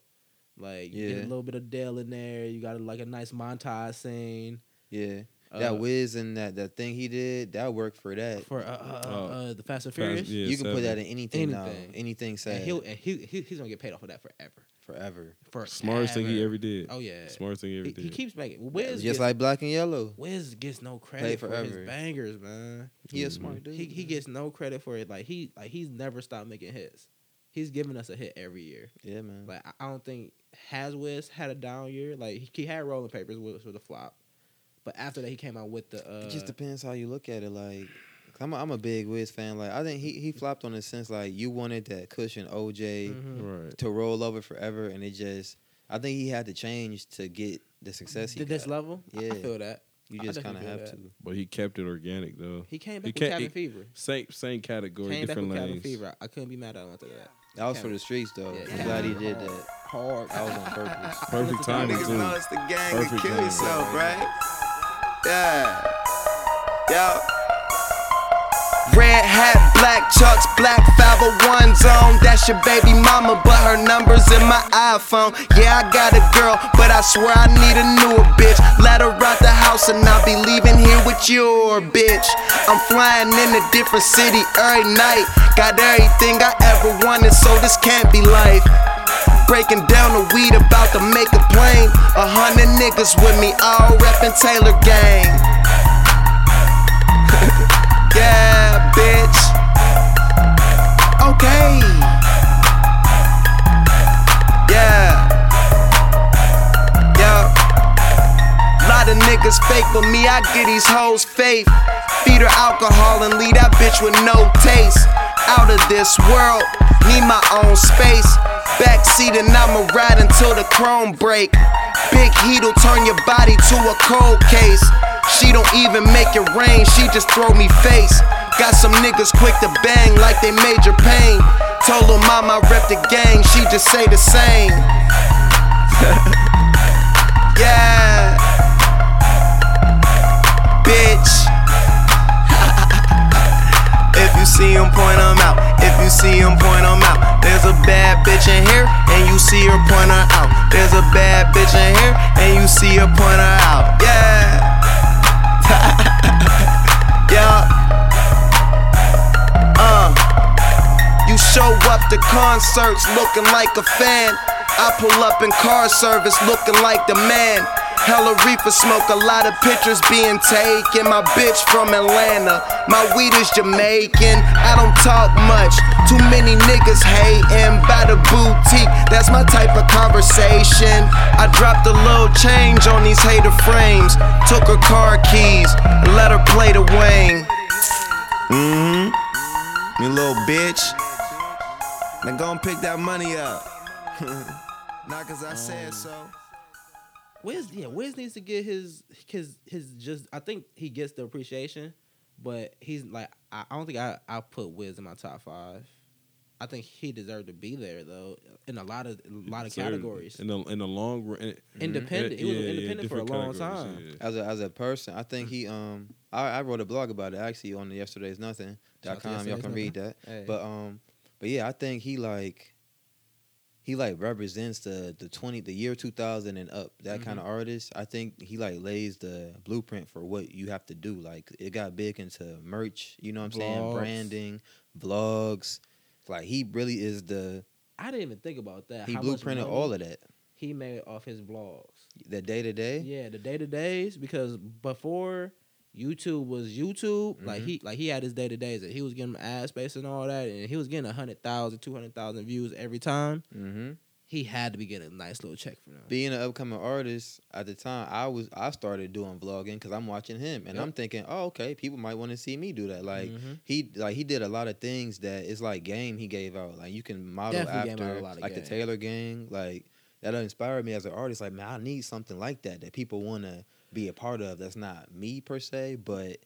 Like you get
Yeah.
a little bit of Adele in there. You got like a nice montage scene.
Yeah.
Uh,
that Wiz and that that thing he did that worked for that.
for uh, uh, uh,
Oh.
uh, the Fast and
Fast-
Furious.
yeah,
you can
seven.
put that in anything,
Anything.
now. Anything
And
sad
he'll and he, he he's gonna get paid off for that forever.
forever.
For
Smartest thing he ever did.
Oh yeah.
Smartest thing he ever
He,
did.
he keeps making Wiz
Just
gets,
like black and yellow.
Wiz gets no credit for his
forever.
bangers, man.
He a
Mhm.
smart dude.
Mm-hmm. He he
man.
gets no credit for it. Like he like he's never stopped making hits. He's giving us a hit every year.
yeah man.
Like I- I don't think has Wiz had a down year. Like he, he had Rolling Papers, which was a flop. But after that, he came out with the. Uh,
It just depends how you look at it. Like, i I'm a, I'm a big Wiz fan. Like, I think he, he flopped on the sense like you wanted that cushion OJ
Mhm.
Right.
to roll over forever, and it just I think he had to change to get the success he
Th- this
got.
level. I- I
Yeah.
feel that
you
I
just kind
definitely
of
feel
have
that.
to.
But he kept it organic though.
he came
He
back with
can't-
Cabin
he-
Fever.
Same same category,
Came back with
different
Cabin
lanes.
Fever. I couldn't be mad at him after that.
That was
Yeah.
for the streets though.
Yeah.
I'm glad he did that.
Hard.
That was on purpose.
Perfect timing
Niggas know
too.
it's the gang to
Perfect
kill
game.
yourself, right? Yeah. Yeah. Red hat, black chucks, black 501s on. That's your baby mama, but her number's in my iPhone. Yeah, I got a girl, but I swear I need a newer bitch. Let her out the house and I'll be leaving here with your bitch. I'm flying in a different city every night. Got everything I ever wanted, so this can't be life. Breaking down the weed about to make a plane. A hundred niggas with me, all reppin' Taylor Gang. *laughs* yeah, bitch. Okay. Yeah. Yeah. Lot of niggas fake, but me, I get these hoes faith. Feed her alcohol and leave that bitch with no taste. Out of this world, need my own space. Backseat and I'ma ride until the chrome break. Big heat'll turn your body to a cold case. She don't even make it rain, she just throw me face. Got some niggas quick to bang like they major pain. Told her mom I rep the gang, she just say the same. *laughs* yeah bitch. *laughs* if you see him, point him out. If you see him, point him out. There's a bad bitch in here, and you see her point her out. There's a bad bitch in here, and you see her point her out. Yeah. *laughs* yeah. Uh. You show up to concerts looking like a fan. I pull up in car service looking like the man. Hella reefer smoke, a lot of pictures being taken. My bitch from Atlanta, my weed is Jamaican. I don't talk much, too many niggas hating. By the boutique, that's my type of conversation. I dropped a little change on these hater frames. Took her car keys, and let her play the Wayne. Mm hmm, you little bitch. *laughs* Then go and pick that money up. Not cause I said so.
Wiz, yeah, Wiz needs to get his his his just. I think he gets the appreciation, but he's like, I, I don't think I I put Wiz in my top five. I think he deserved to be there though in a lot of a lot of
Deserved.
categories.
In the in the long run. in-
Independent,
in-
he was
yeah, yeah,
independent for a long
different
time.
categories, yeah.
*laughs* As a as a person, I think he um I, I wrote a blog about it actually on the yesterday's nothing
Shout out to
dot com. Y'all
Yesterday's
can read that.
Hey.
But um, but yeah, I think he like he like represents the the twenty the year two thousand and up that kind of
Mm-hmm.
artist. I think he like lays the blueprint for what you have to do. Like it got big into merch. You know what I'm saying?
Vlogs.
Branding, vlogs. Like he really is the
I didn't even think about that.
he
how much
blueprinted
money-
all of that.
he made off his vlogs.
The day to day.
Yeah, the day to days because before YouTube was YouTube, like
Mhm.
he
Mm-hmm.
like he had his day to days and he was getting ad space and all that, and he was getting 100,000, 200,000 views every time.
Mm-hmm.
He had to be getting a nice little check for that.
Being an upcoming artist at the time, I was I started doing vlogging because I'm watching him and
Yep.
I'm thinking, oh okay, people might want to see me do that. Like
Mm-hmm.
Mhm.
he like he did a lot of things that it's like game he gave out. Like you can model
Definitely gave out a
after
lot of
like the
game.
Taylor Gang. Like that inspired me as an artist. Like man, I need something like that that people want to be a part of. That's not me per se, but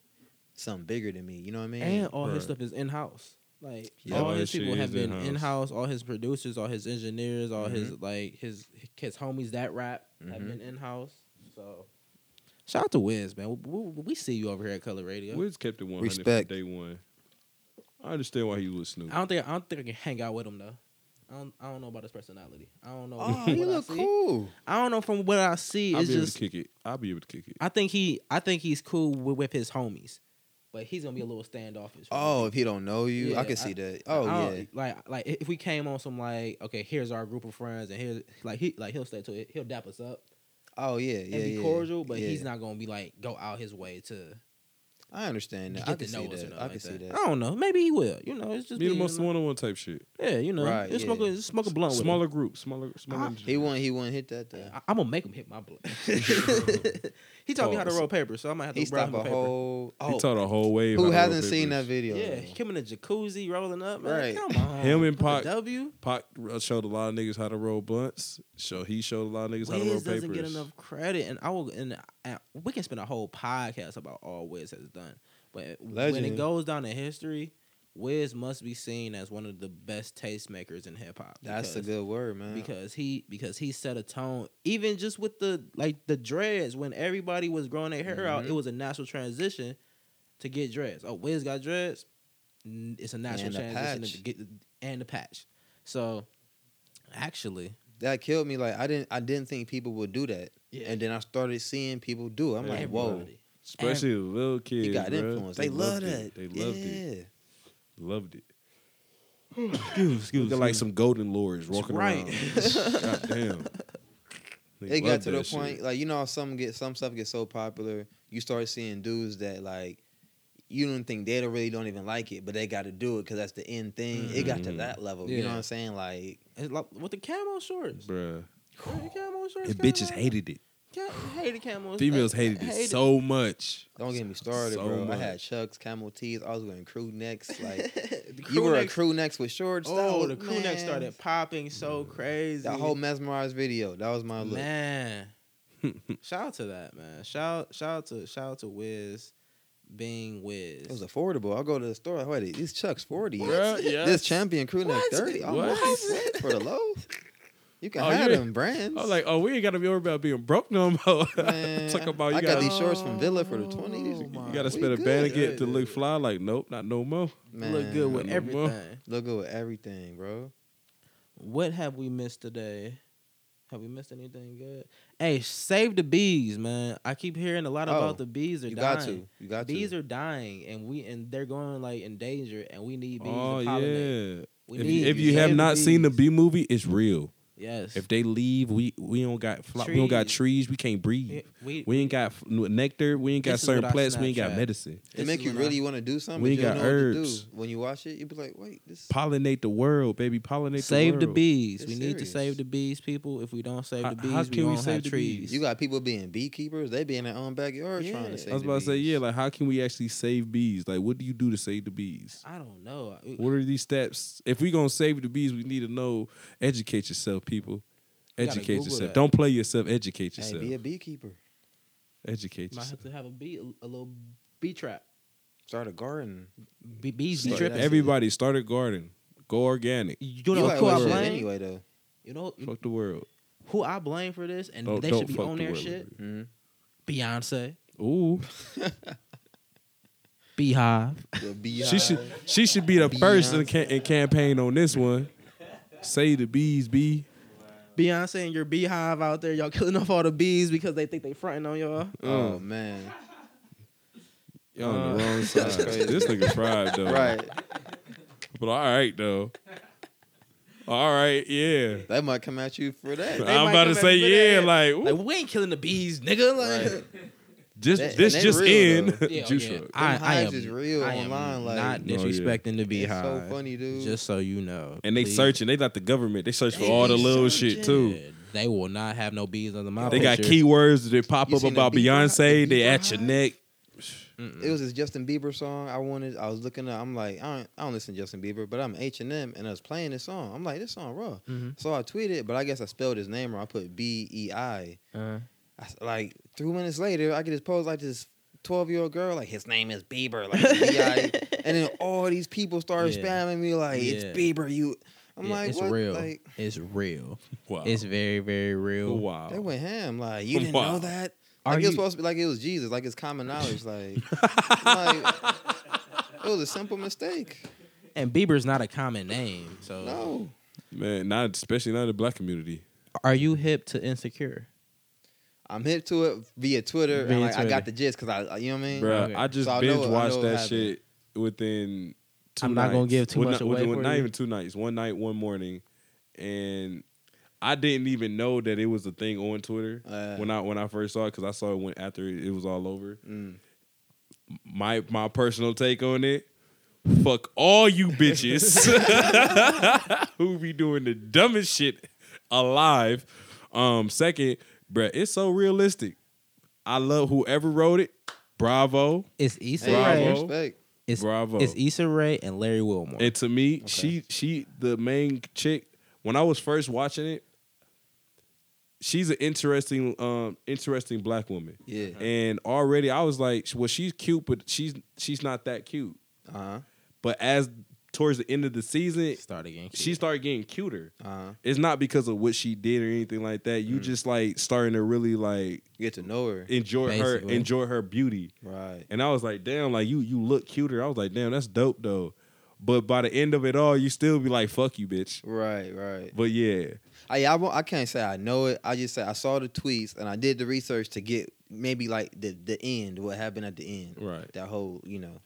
something bigger than me. You know what I mean?
and all his
Right.
stuff is in house. Like
Yeah,
all
all
his
his
people
shit
have
is
been
in-house.
in
Mm-hmm.
house. All his producers, all his engineers, all his like his his homies that rap have
Mhm.
*laughs* been in house. So shout out to Wiz, man. We, we, we see you over here at Color Radio.
Wiz kept it 100
Respect.
from day one. I understand why he was Snoop.
I don't think I don't think I can hang out with him though. I don't, I don't know about his personality. I don't know.
Oh,
from
*laughs* he
what I
look
see.
cool.
I don't know from what I see.
I'll
It's
be able to
just
kick it. I'll be able to kick it.
I think he I think he's cool with, with his homies, but he's gonna be a little standoffish. with
Oh,
me.
if he don't know you,
Yeah,
I can
I-
see that. Oh
I don't-
yeah,
Like like if we came on some like okay, here's our group of friends, and here's like he like he'll stay to it. He'll dap us up
oh yeah, yeah,
and be
yeah.
cordial, but
yeah.
he's not gonna be like go out his way to
I understand that.
get
I
to
can
know us
see
or
that.
nothing
I
like
can see that.
I don't know. Maybe he will. You know, it's just
Need the
being,
most
like-
one on one type shit.
Yeah, you know,
Right,
just smoke
yeah.
a just smoke a blunt. with him.
Smaller group, smaller, smaller.
I-
He won't. He won't hit that though.
I, am gonna make him hit my blood. *laughs* he taught me how to
Pause.
roll paper, so I might have to
He
rob
stopped
him a
a
paper.
whole.
He
Oh,
taught a whole wave.
who
how to roll
hasn't seen that
papers.
video?
yeah, he came in a jacuzzi rolling up, man.
Right.
Come on.
Him and
Put a
Pac-
W.
Pac uh, showed a lot of niggas how to roll blunts. So he showed a lot of niggas how to roll
Wiz
papers.
doesn't get enough credit, and I will. And, and we can spend a whole podcast about all Wiz has done. But when it
Legend.
goes down in history, Wiz must be seen as one of the best tastemakers in hip hop.
That's a
because-
good word, man.
because he because he set a tone even just with the like the dreads when everybody was growing their hair out
Mhm.
it was a natural transition to get dreads oh Wiz got dreads N- it's a natural
And the
transition to
patch.
get and the patch so actually
that killed me. Like I didn't. I didn't think people would do that.
Yeah.
And then I started seeing people do. it. I'm like, whoa.
everybody.
Especially the little kids.
He got
bruh.
influence. They, love
loved
that.
it. They loved it.
yeah.
Loved it. excuse They're like some golden lords walking
right.
*laughs* around. God damn.
It got to the point like you know how some get some stuff gets so popular, you start seeing dudes that like you don't think they don't really don't even like it, but they got to do it because that's the end thing. It got to
Mhm.
that level, you know
Yeah.
what I'm saying? Like
It's like with the camo shorts
Bruh.
Bro, the camo shorts
And bitches
camo-
hated it.
Cam- hated camo
Females hated it
*laughs*
so much.
Don't get me started,
so
bro.
much.
I had chucks, camel tees. I was wearing crew
*laughs*
necks. Like
you
you were a crew necks with shorts. That
oh
was-
the crew neck
man,
started popping so crazy
That whole mesmerized video. That was my
*laughs*
look.
Man, shout out to that man. Shout shout out to shout out to Wiz being Wiz.
It was affordable. I'll go to the store. Wait, these chucks forty.
Bruh, yeah.
This champion crew neck
What?
thirty. I'm
What?
like, what? for the low. You can
Oh,
have
you-
them brands.
I was like, oh, we ain't got to be worried about being broke no more. *laughs*
Man,
Talk about you
I got
gotta- Oh,
these shorts from Villa for the twenty. These-
my-
You gotta
We
spend a
good.
band to get to look fly. Like, nope, not no more.
Man,
Look good with
no more.
everything.
look good with everything, bro.
What have we missed today? Have we missed anything good? Hey, save the bees, man. I keep hearing a lot
Oh,
about the bees are
You
dying.
got to. You got to.
Bees are dying, and we and they're going like in danger, and we need bees
Oh
to pollinate.
yeah.
We
If
need
you, if
bees.
you
Save
have
the
not seen the
bees.
B movie, it's real.
yes,
If they leave, we we don't got fly, we don't got trees. We can't breathe.
we,
We ain't got f- nectar. We ain't got
This is
certain
what I
plants. We ain't got
Snapchat.
medicine.
It make you really want to do something.
We
but
ain't
you don't
got
know
herbs.
What to do. When you watch it, you be like, wait, this.
Pollinate the world, baby. Pollinate
save
the
the
world.
bees.
It's
we need to
serious.
save the bees, people. If we don't save
How-
the bees,
how
we
can we
won't have
save the bees?
trees.
You got people being beekeepers. They be in their own backyard trying
Yeah.
to save.
I was
the
about to say,
bees.
yeah. Like, how can we actually save bees? Like, what do you do to save the bees?
I don't know. I-
What are these steps? If we gonna save the bees, we need to know. Educate yourself, people.
You gotta
Educate
Google
yourself.
that.
Don't play yourself. Educate
Hey,
yourself.
be a beekeeper.
Educate
Might
yourself.
have to have a bee, a little bee trap.
Start a garden.
Bee, bees be
Start
tripping. Mm-hmm.
that.
Everybody, start a garden. Go organic.
You know
You
who
like
I
that shit
blame?
anyway, though.
You know
Fuck the world.
who I blame for this, and
Don't,
they
don't
should be
fuck
on
the
their
world.
shit.
Mhm.
Beyonce,
Ooh,
Beehive.
The beehive.
she should she should be the first in, ca- in campaign on this one. Say the bees be.
Beyonce and your beehive out there, y'all killing off all the bees because they think they fronting on y'all.
Oh man.
Y'all uh, on the
*laughs* Uh,
wrong side.
that's crazy.
This nigga fried though.
Right.
But all right though. All right, yeah.
They might come at you for that.
I'm
might
about
come
to
at
say
me for
yeah,
that.
like,
*laughs*
ooh,
Like we ain't killing the bees, nigga. Like,
Right.
just
that-
this
and they
just
real,
in
*laughs*
though.
Yeah,
*laughs* juice
yeah.
WRLD.
I,
Them
I
hives
am,
is real
I am
online, like- Oh,
not
No, yeah.
disrespecting the
It's
beehive.
so funny, dude.
Just so you know,
and they
please.
searching. They like the government. They search for
They
all the
be
little
searching.
shit too.
Yeah, They will not have no bees under my.
They got
picture.
keywords that pop
You
up
seen the
about
Bieber-
Beyonce.
the
They
Bieber
at your
hive?
neck.
it was this Justin Bieber song. I wanted. I was looking at. I'm like, I don't, I don't listen to Justin Bieber, but I'm H and M, and I was playing this song. I'm like, this song raw.
Mhm.
So I tweeted, but I guess I spelled his name wrong. I put B E I.
Uh-huh.
I s- Like three minutes later, I get this post like this twelve year old girl. Like his name is
*laughs*
Bieber. Like B E I. and then all these people started
Yeah.
spamming me like it's
Yeah.
Bieber. You. I'm
Yeah,
like,
it's
what?
real.
Like Oh.
It's real.
Wow.
It's very, very real.
wow.
they went ham. Like you didn't
Oh. Wow.
know that.
Are
Like it
you-
was supposed to be like it was Jesus. Like it's common
*laughs*
knowledge. Like, like it was a simple mistake.
And Bieber's not a common name. So,
No.
Man, not especially not in the black community.
are you hip to insecure?
I'm hip to it via Twitter.
Via
and like, I
Twitter.
got the gist because I, you know what I mean.
Bruh,
Okay.
I just
So I know-
binge
I
watched
know it
that
happened.
shit within two
I'm not gonna
nights.
give too
Well,
much
not,
away
well,
for
not
you.
even two nights. One night, one morning, and I didn't even know that it was a thing on Twitter
Uh.
when I when I first saw it because I saw it when after it was all over.
Mm.
My my personal take on it. Fuck all you
*laughs*
bitches who be doing the dumbest shit alive. Um, second, bruh, it's so realistic. I love whoever wrote it. Bravo.
It's Issa
Hey,
Bravo.
Rae.
respect.
It's,
Bravo.
It's Issa Rae and Larry Wilmore.
And to me, she she the main chick. When I was first watching it, she's an interesting um interesting black woman.
Yeah.
And already I was like, well, she's cute, but she's she's not that cute.
Uh huh.
But as towards the end of the season,
Start again.
she started getting cuter.
Uh huh.
It's not because of what she did or anything like that. You just like starting to really like
You get to know her.
enjoy her
Basically.
enjoy her beauty.
Right.
And I was like, damn, like you you look cuter. I was like, damn, that's dope though. But by the end of it all, you still be like, fuck you, bitch.
Right. Right.
But yeah,
I I, won't, I can't say I know it. I just say I saw the tweets and I did the research to get maybe like the the end. What happened at the end.
Right.
That whole you know.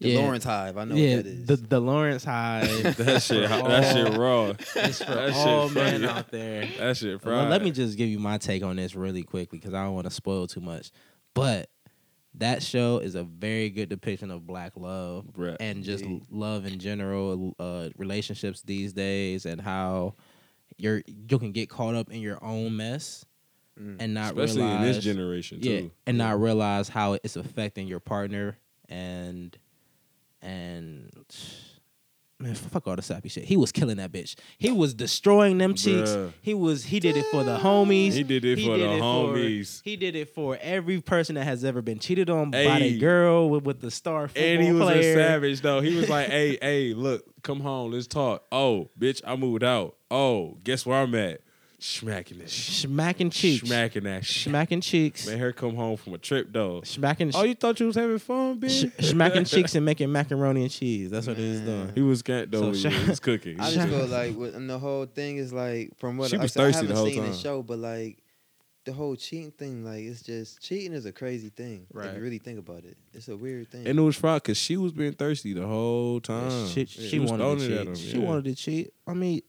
The
Yeah.
Lawrence Hive. I know
yeah,
what that is.
the the
*laughs*
Lawrence Hive.
that shit, that shit raw.
*laughs* It's for
That shit
all men
funny.
out there.
*laughs* That shit fried.
Well, let me just give you my take on this really quickly because I don't want to spoil too much. But that show is a very good depiction of black love
Bruh.
and just
Indeed.
love in general, uh, relationships these days, and how you're you can get caught up in your own mess
Mm.
and not
especially
realize,
in this generation
yeah,
too.
and not realize how it's affecting your partner and and. Man, fuck all the sappy shit. He was killing that bitch. He was destroying them cheeks.
Bruh.
He was he did it for the homies.
He did it for the homies.
he did it for every person that has ever been cheated on by
Hey.
a girl with, with the star football
and he was
player.
a savage though. He
*laughs*
was like, "Hey, hey, look, come home, let's talk." Oh, bitch, I moved out. Oh, guess where I'm at? Smacking this, shit.
Smacking cheeks.
smacking that, shit.
Smacking cheeks.
Man, her come home from a trip though.
Smacking
Oh, you thought you was having fun,
sh-
bitch? *laughs*
smacking cheeks and making macaroni and cheese. That's what he was doing.
He was cat though.
So
he
shout-
was cooking.
I just feel like with, and the whole thing is like from what
She
I,
was
said, I
thirsty
haven't
the whole
seen the
time.
show, but like the whole cheating thing, like it's just cheating is a crazy thing. If
Right.
you really think about it, it's a weird thing.
And it was fried because she was being thirsty the whole
Uh,
time.
She,
Yeah,
she
was
wanted to
throwing it
cheat.
at him,
She
yeah.
wanted to cheat. I mean,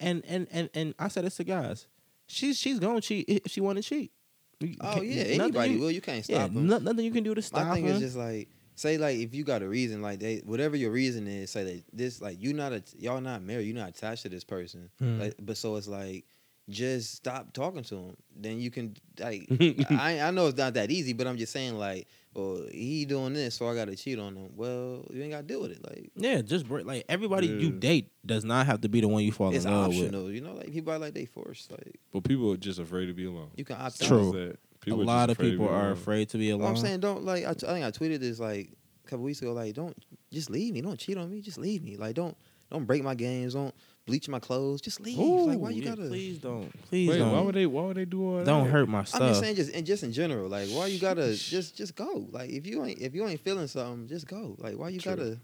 and and and and I said this to guys. She's she's gonna cheat if she want to cheat. You
oh
can't-
yeah,
nothing
anybody
you-
will. You can't
Yeah,
stop them.
no, nothing you can do to stop
My thing
her.
is just like say like if you got a reason, like they whatever your reason is, say that this like you not a, y'all not married, you're not attached to this person.
Hmm.
Like, but so it's like just stop talking to him. Then you can
*laughs*
like I I know it's not that easy, but I'm just saying like. Well, he doing this, so I gotta cheat on him. Well, you ain't gotta deal with it. Like
Yeah, just bring, like everybody you
Yeah.
date does not have to be the one you fall
it's
in love with.
optional, you know. Like people are like they forced. Like
But people are just afraid to be alone.
you can opt out.
True.
That's it.
A
People just
lot of
afraid to
people
be
are
alone.
afraid to be
Well,
alone.
I'm saying don't like. I, t- I think I tweeted this like a couple weeks ago. Like don't just leave me. Don't cheat on me. Just leave me. Like don't don't break my games. Don't bleach my clothes. Just leave. like why
Ooh,
you
yeah,
gotta?
Please don't. Please
Wait,
don't.
why would they? Why would they do all that?
don't hurt my stuff.
I'm just saying just and just in general. Like why you gotta just just go. Like if you ain't if you ain't feeling something, just go. Like why you
True.
gotta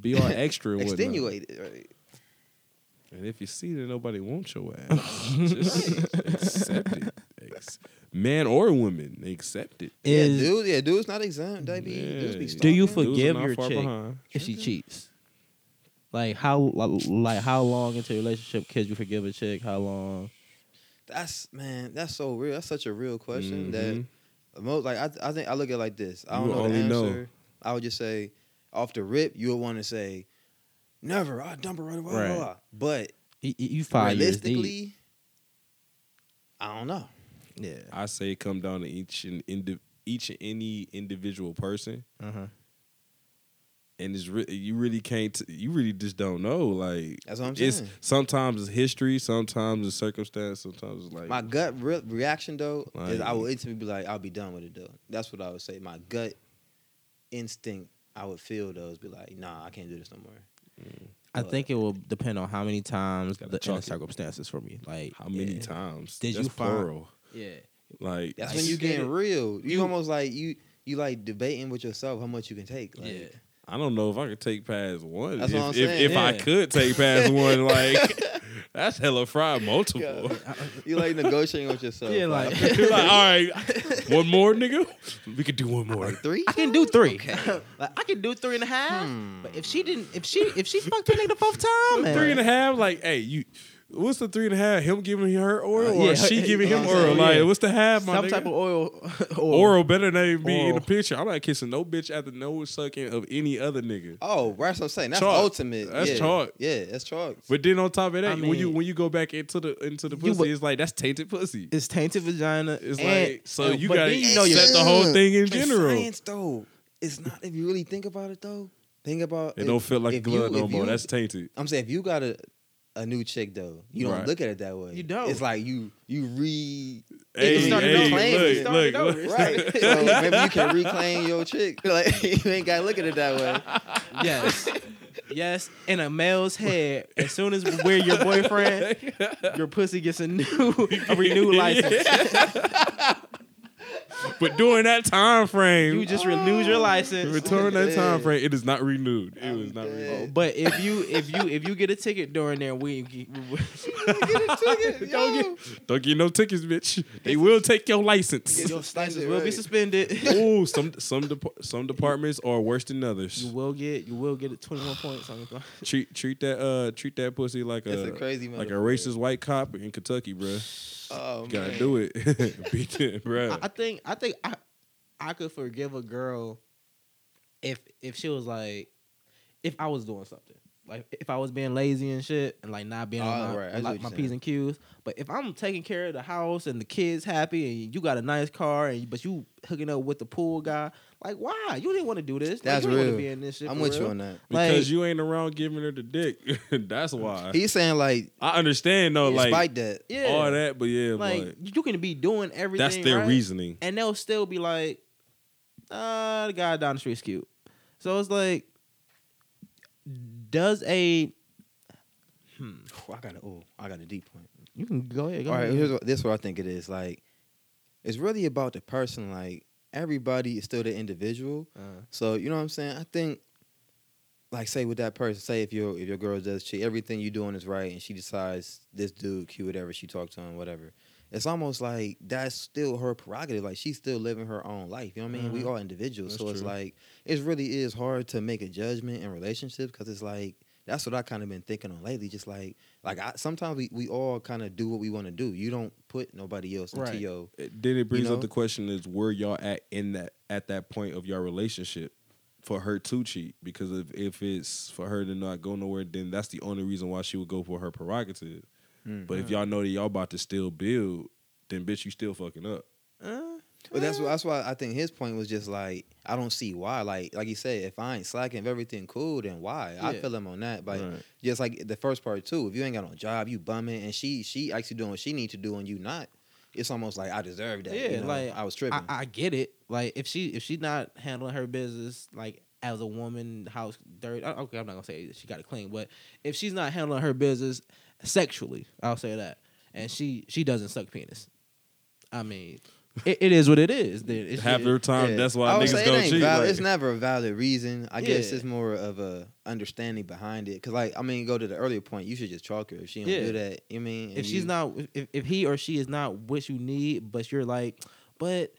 Be all extra. and whatnot.
extenuate it? Right?
And if you see that nobody wants your ass,
*laughs*
just accept it. Ex- Man or woman, accept it.
is
yeah, dude. Yeah, dude's not exempt. They be, dudes be
Yeah.
Do you
stalking.
forgive
Dudes are not
your
far
chick
behind.
if she cheats? Like how like how long into a relationship could you forgive a chick? How long?
That's man, that's so real. That's such a real question that most like I, I think I look at it like this. I
Mm-hmm. You
don't know the
only know.
answer. I would just say off the rip, you would want to say never. I dump her right away. blah,
Right.
blah. But
You, you five years deep.
realistically, I don't know.
Yeah.
I say come down to each and indi- each and any individual person,
Uh huh.
and it's re- you really can't. T- you really just don't know. Like
That's what I'm saying.
it's sometimes it's history, sometimes it's circumstance, sometimes it's like
My gut re- reaction though is I
Like-
would instantly be like, I'll be done with it though. That's what I would say. My gut instinct, I would feel though, is be like, nah, I can't do this no more.
I
But-
think it will depend on how many times
Gotta
the
chalk
and
it.
circumstances for me. Like
how many
yeah.
times
Did
That's
you find-
plural.
Yeah.
Like
That's
Like,
when
you
you
get
getting
it.
real. You,
You-
almost like you you like debating with yourself how much you can take.
*laughs*
Like,
yeah.
I don't know if I could take past one.
That's
if
what I'm
if,
saying.
if I
Yeah.
could take
*laughs*
past one, like that's hella fried multiple.
Yeah. *laughs* You like negotiating with yourself.
Yeah, like-
*laughs* like, all right, one more nigga. We could do one more.
*laughs* three.
I can do *laughs* three. *laughs* like I can do three and a half. But if she didn't, if she if she fucked her nigga both time, man.
Hmm. Three and a half. Like, hey, you. What's the three and a half? Him giving her oral, or
Uh, yeah.
she giving him
Yeah.
oral? Like,
Yeah.
what's the half? My
some
nigga?
type of oil. *laughs*
oral better than even be in the
Oral.
picture. I'm not kissing no bitch after no sucking of any other nigga.
Oh, that's what I'm saying. That's
Chalk.
ultimate.
That's
yeah.
chalk.
Yeah, that's chalk.
But then on top of that,
I
when you
mean-
when you go back into the into the
You
pussy,
would-
it's like that's tainted pussy.
It's tainted vagina.
It's
and-
like so
and-
you
but
gotta
then you know your-
accept the whole thing in
But
general.
Science though, it's not. If you really think about it though, think about
It don't feel like
if
blood
you-
no
if
more.
you-
That's tainted.
I'm saying if you got a a new chick though, you don't
Right.
look at it that way.
You don't.
It's like you you re
Hey,
can start it over. It
hey,
can
start
look,
it
look,
over.
look.
*laughs*
right. so maybe you can reclaim your chick. *laughs* Like you ain't gotta look at it that way.
*laughs* Yes. Yes, in a male's head, as soon as we're your boyfriend,
*laughs*
your pussy gets a new, a renewed license.
But during that time frame,
You
*laughs*
just renewed your license.
return that
Yeah.
time frame. It is not renewed. It
I'm
was not
dead.
*laughs*
renewed.
But if you if you if you get a ticket during there, we, we- *laughs*
Don't get, don't get no tickets, bitch. They will take your license.
your license will be suspended. *laughs*
Ooh, some some depar- some departments are worse than others.
You will get you will get twenty one points on your
Treat treat that uh treat that pussy like
That's
a,
a crazy
like a
metaphor.
racist white cop in Kentucky, bruh.
Oh,
Gotta
man.
do it, *laughs* beat
*laughs*
it, bruh.
I, I think I think I I could forgive a girl if if she was like if I was doing something. Like if I was being lazy and shit and like not being
Oh,
on my,
right. I see
like,
what
my P's
you're saying.
and Q's. But if I'm taking care of the house and the kids happy and you got a nice car and but you hooking up with the pool guy, like why? You didn't want to do this. Like,
That's
you didn't wanna
real.
Be in this shit
I'm
for
with you
real.
on that.
because
like-
you ain't around giving her the dick. *laughs* That's why.
He's saying like
I understand though, like
despite that.
Yeah.
all that, but yeah,
like,
like,
you can be doing everything.
that's their
right,
reasoning.
And they'll still be like, uh, the guy down the street's cute. So it's like, does a
Whew, I got a oh, I got a deep point.
you can go ahead. Go
All right,
ahead.
here's what, this is what I think it is. Like, it's really about the person. Like, everybody is still the individual.
Uh.
So you know what I'm saying. I think, like, say with that person, say if your if your girl does cheat, everything you doing is right, and she decides this dude cute, whatever she talked to him, whatever. It's almost like that's still her prerogative. Like she's still living her own life. You know what I mean? We
Mhm.
all individuals,
That's
so it's
true.
like it really is hard to make a judgment in relationships because it's like that's what I kind of been thinking on lately. Just like like I sometimes we, we all kind of do what we want to do. You don't put nobody else into
Right.
your
It- Then it brings
know?
up the question: Is where y'all at in that at that point of your relationship for her to cheat? Because if if it's for her to not go nowhere, then that's the only reason why she would go for her prerogative.
Mm.
But if y'all know that y'all about to still build, then bitch, you still fucking up.
But that's why that's why I think his point was just like I don't see why. Like like you said, if I ain't slacking, if everything cool, then why? I
Yeah.
feel him on that. Like
Right.
just like the first part too. If you ain't got no job, you bumming, and she she actually doing what she need to do, and you not. It's almost like I deserve that.
Yeah,
you know?
like,
I was tripping.
I, I get it. Like if she if she's not handling her business like as a woman, house dirt. I- Okay, I'm not gonna say she got to clean, but if she's not handling her business sexually, I'll say that. And she she doesn't suck penis. I mean, it, it is what it is. Then it's
Half
it-
the time,
Yeah.
Um, that's why
I would
niggas
say
go
it ain't
cheat.
valid.
like-
it's never a valid reason. I guess
Yeah.
it's more of a understanding behind it. Cause like I mean, go to the earlier point. You should just chalk her if she don't
Yeah.
do that. You mean, and
if she's
you-
not if, if he or she is not what you need but you're like but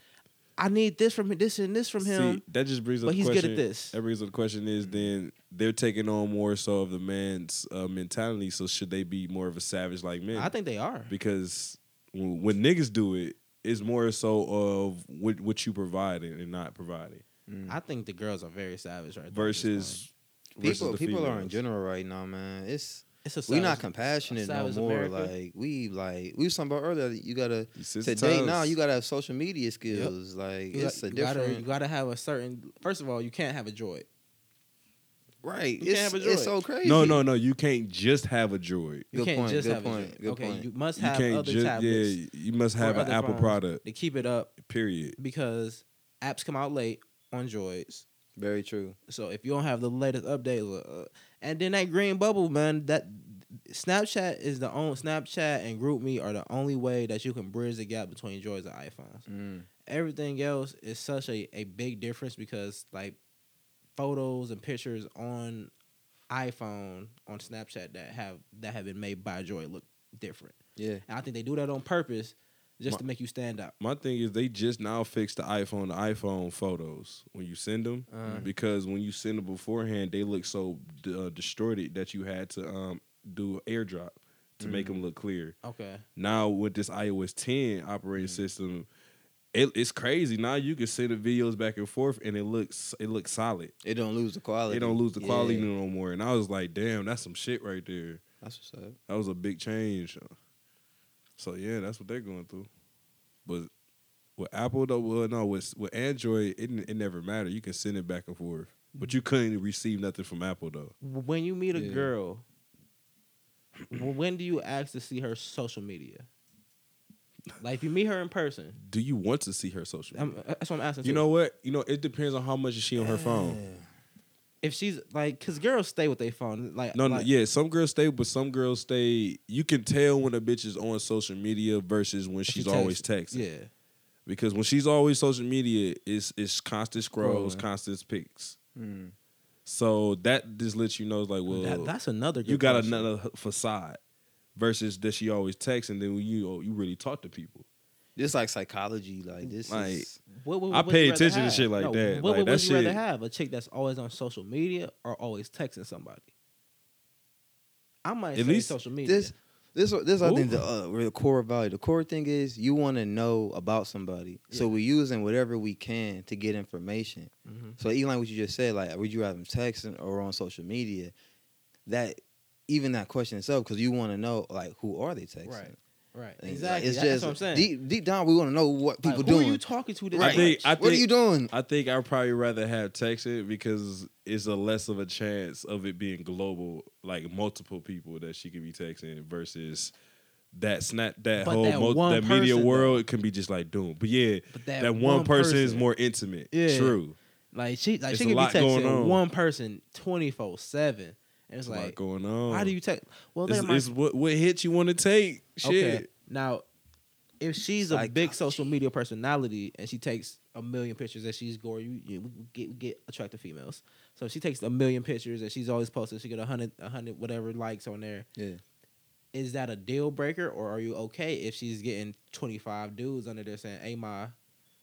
I need this from this and this from him.
See, that just brings up
but
the
he's good at
question.
this.
That brings up the question is then they're taking on more so of the man's uh, mentality. So should they be more of a savage like men?
I think they are.
because when, when niggas do it, it's more so of what what you providing and not providing
mm.
I think the girls are very savage right there at this point.
versus versus
People,
the
people are in
females.
general right now, man. It's
it's a
we not
savage-
compassionate no
savage
more.
America.
Like we like we was talking about earlier. You gotta
You sit
today
times.
now. You gotta have social media skills. Like
You
it's
got-
a
you gotta-
different
you gotta have a certain. First of all, you can't have a droid.
right.
you can't
It's,
have a
it's
droid.
so crazy.
No, no, no. You can't just have a droid.
You
Good
can't
point,
just
good
have a
point,
droid.
good
okay,
point.
you must
You
have
can't
other
just
tablets
yeah. You must
or
have an
other
Apple
phones
product.
to keep it up
Period.
because apps come out late on droids.
Very true.
So if you don't have the latest update, uh, and then that green bubble, man, that Snapchat is the only Snapchat and GroupMe are the only way that you can bridge the gap between droids and iPhones.
Mm.
Everything else is such a, a big difference because like photos and pictures on iPhone on Snapchat that have that have been made by Droid look different.
Yeah.
And I think they do that on purpose just to make you stand out.
My thing is they just now fixed the iPhone the iPhone photos when you send them
Uh-huh.
Uh.
because when you send them beforehand they look so uh, distorted that you had to um, do AirDrop to make
Mm-hmm.
them look clear.
Okay.
Now with this iOS 10 operating
Mm-hmm.
system, it, it's crazy. Now you can send the videos back and forth and it looks it looks solid.
Oh, It don't lose the quality.
They don't lose the quality
Yeah.
no more. And I was like, damn, that's some shit right there.
That's what's up.
That was a big change. So yeah, that's what they're going through. But with Apple though, well no, with with Android, it it never mattered. You can send it back and forth, but you couldn't receive nothing from Apple though.
when you meet a
Yeah.
girl, w- when do you ask to see her social media? Like if you meet her in person,
Do you want to see her social?
I'm, uh,
Media?
that's what I'm asking.
You
too.
know what? You know it depends on how much is she on her phone.
if she's like, cause girls stay with their phone. Like
No, no,
like,
yeah. Some girls stay, but some girls stay. You can tell when a bitch is on social media versus when
she
she's
text-
always texting.
yeah.
because when she's always social media, it's it's constant scrolls,
Scrolling.
constant pics.
Mm.
So that just lets you know, it's like, well,
That- that's another. Good
you got
question.
another facade versus that she always texts, and then when you oh, you really talk to people.
This like psychology. Like this.
Like,
is,
What, what-
I
what would you
pay
rather
attention to
have?
shit like that.
What,
Like,
what
that
would you rather
shit-
have? A chick that's always on social media or always texting somebody? I might
At
say
least
social media.
this this this I think
Ooh.
the uh, real core value. The core thing is you want to know about somebody, so we're using whatever we can to get information.
Mhm.
So even like what you just said, like would you rather them texting or on social media? That even that question itself, because you want to know like who are they texting?
Right. Right.
And, like,
exactly.
it's
that's
just
what I'm saying.
deep deep down we want to know what
Like,
people
who
doing.
are you talking to? This
I
right.
think-
much?
I
what are you doing?
I think I'd probably rather have texted because it's a less of a chance of it being global, like multiple people that she could be texting versus that snap that
But
whole
that
mul-
one
that media
person, though.
world. It can be just like doom, but yeah,
But
that, one, person, is
person.
more intimate.
Yeah.
True,
Like she, like
It's
she can
a
be
lot going
texting
on.
one person twenty four seven, and it's
There's a lot
like,
going on.
how do you text? Well,
It's,
there might
it's what what hit you want to take. Shit. ah,
okay. Now, if she's a big social media personality and she takes a million pictures and she's gore, you, you we get we get attractive females. So if she takes a million pictures and she's always posting. She get a hundred, a hundred, whatever likes on there.
Yeah.
Is that a deal breaker, or are you okay if she's getting twenty five dudes under there saying, "Hey, ma,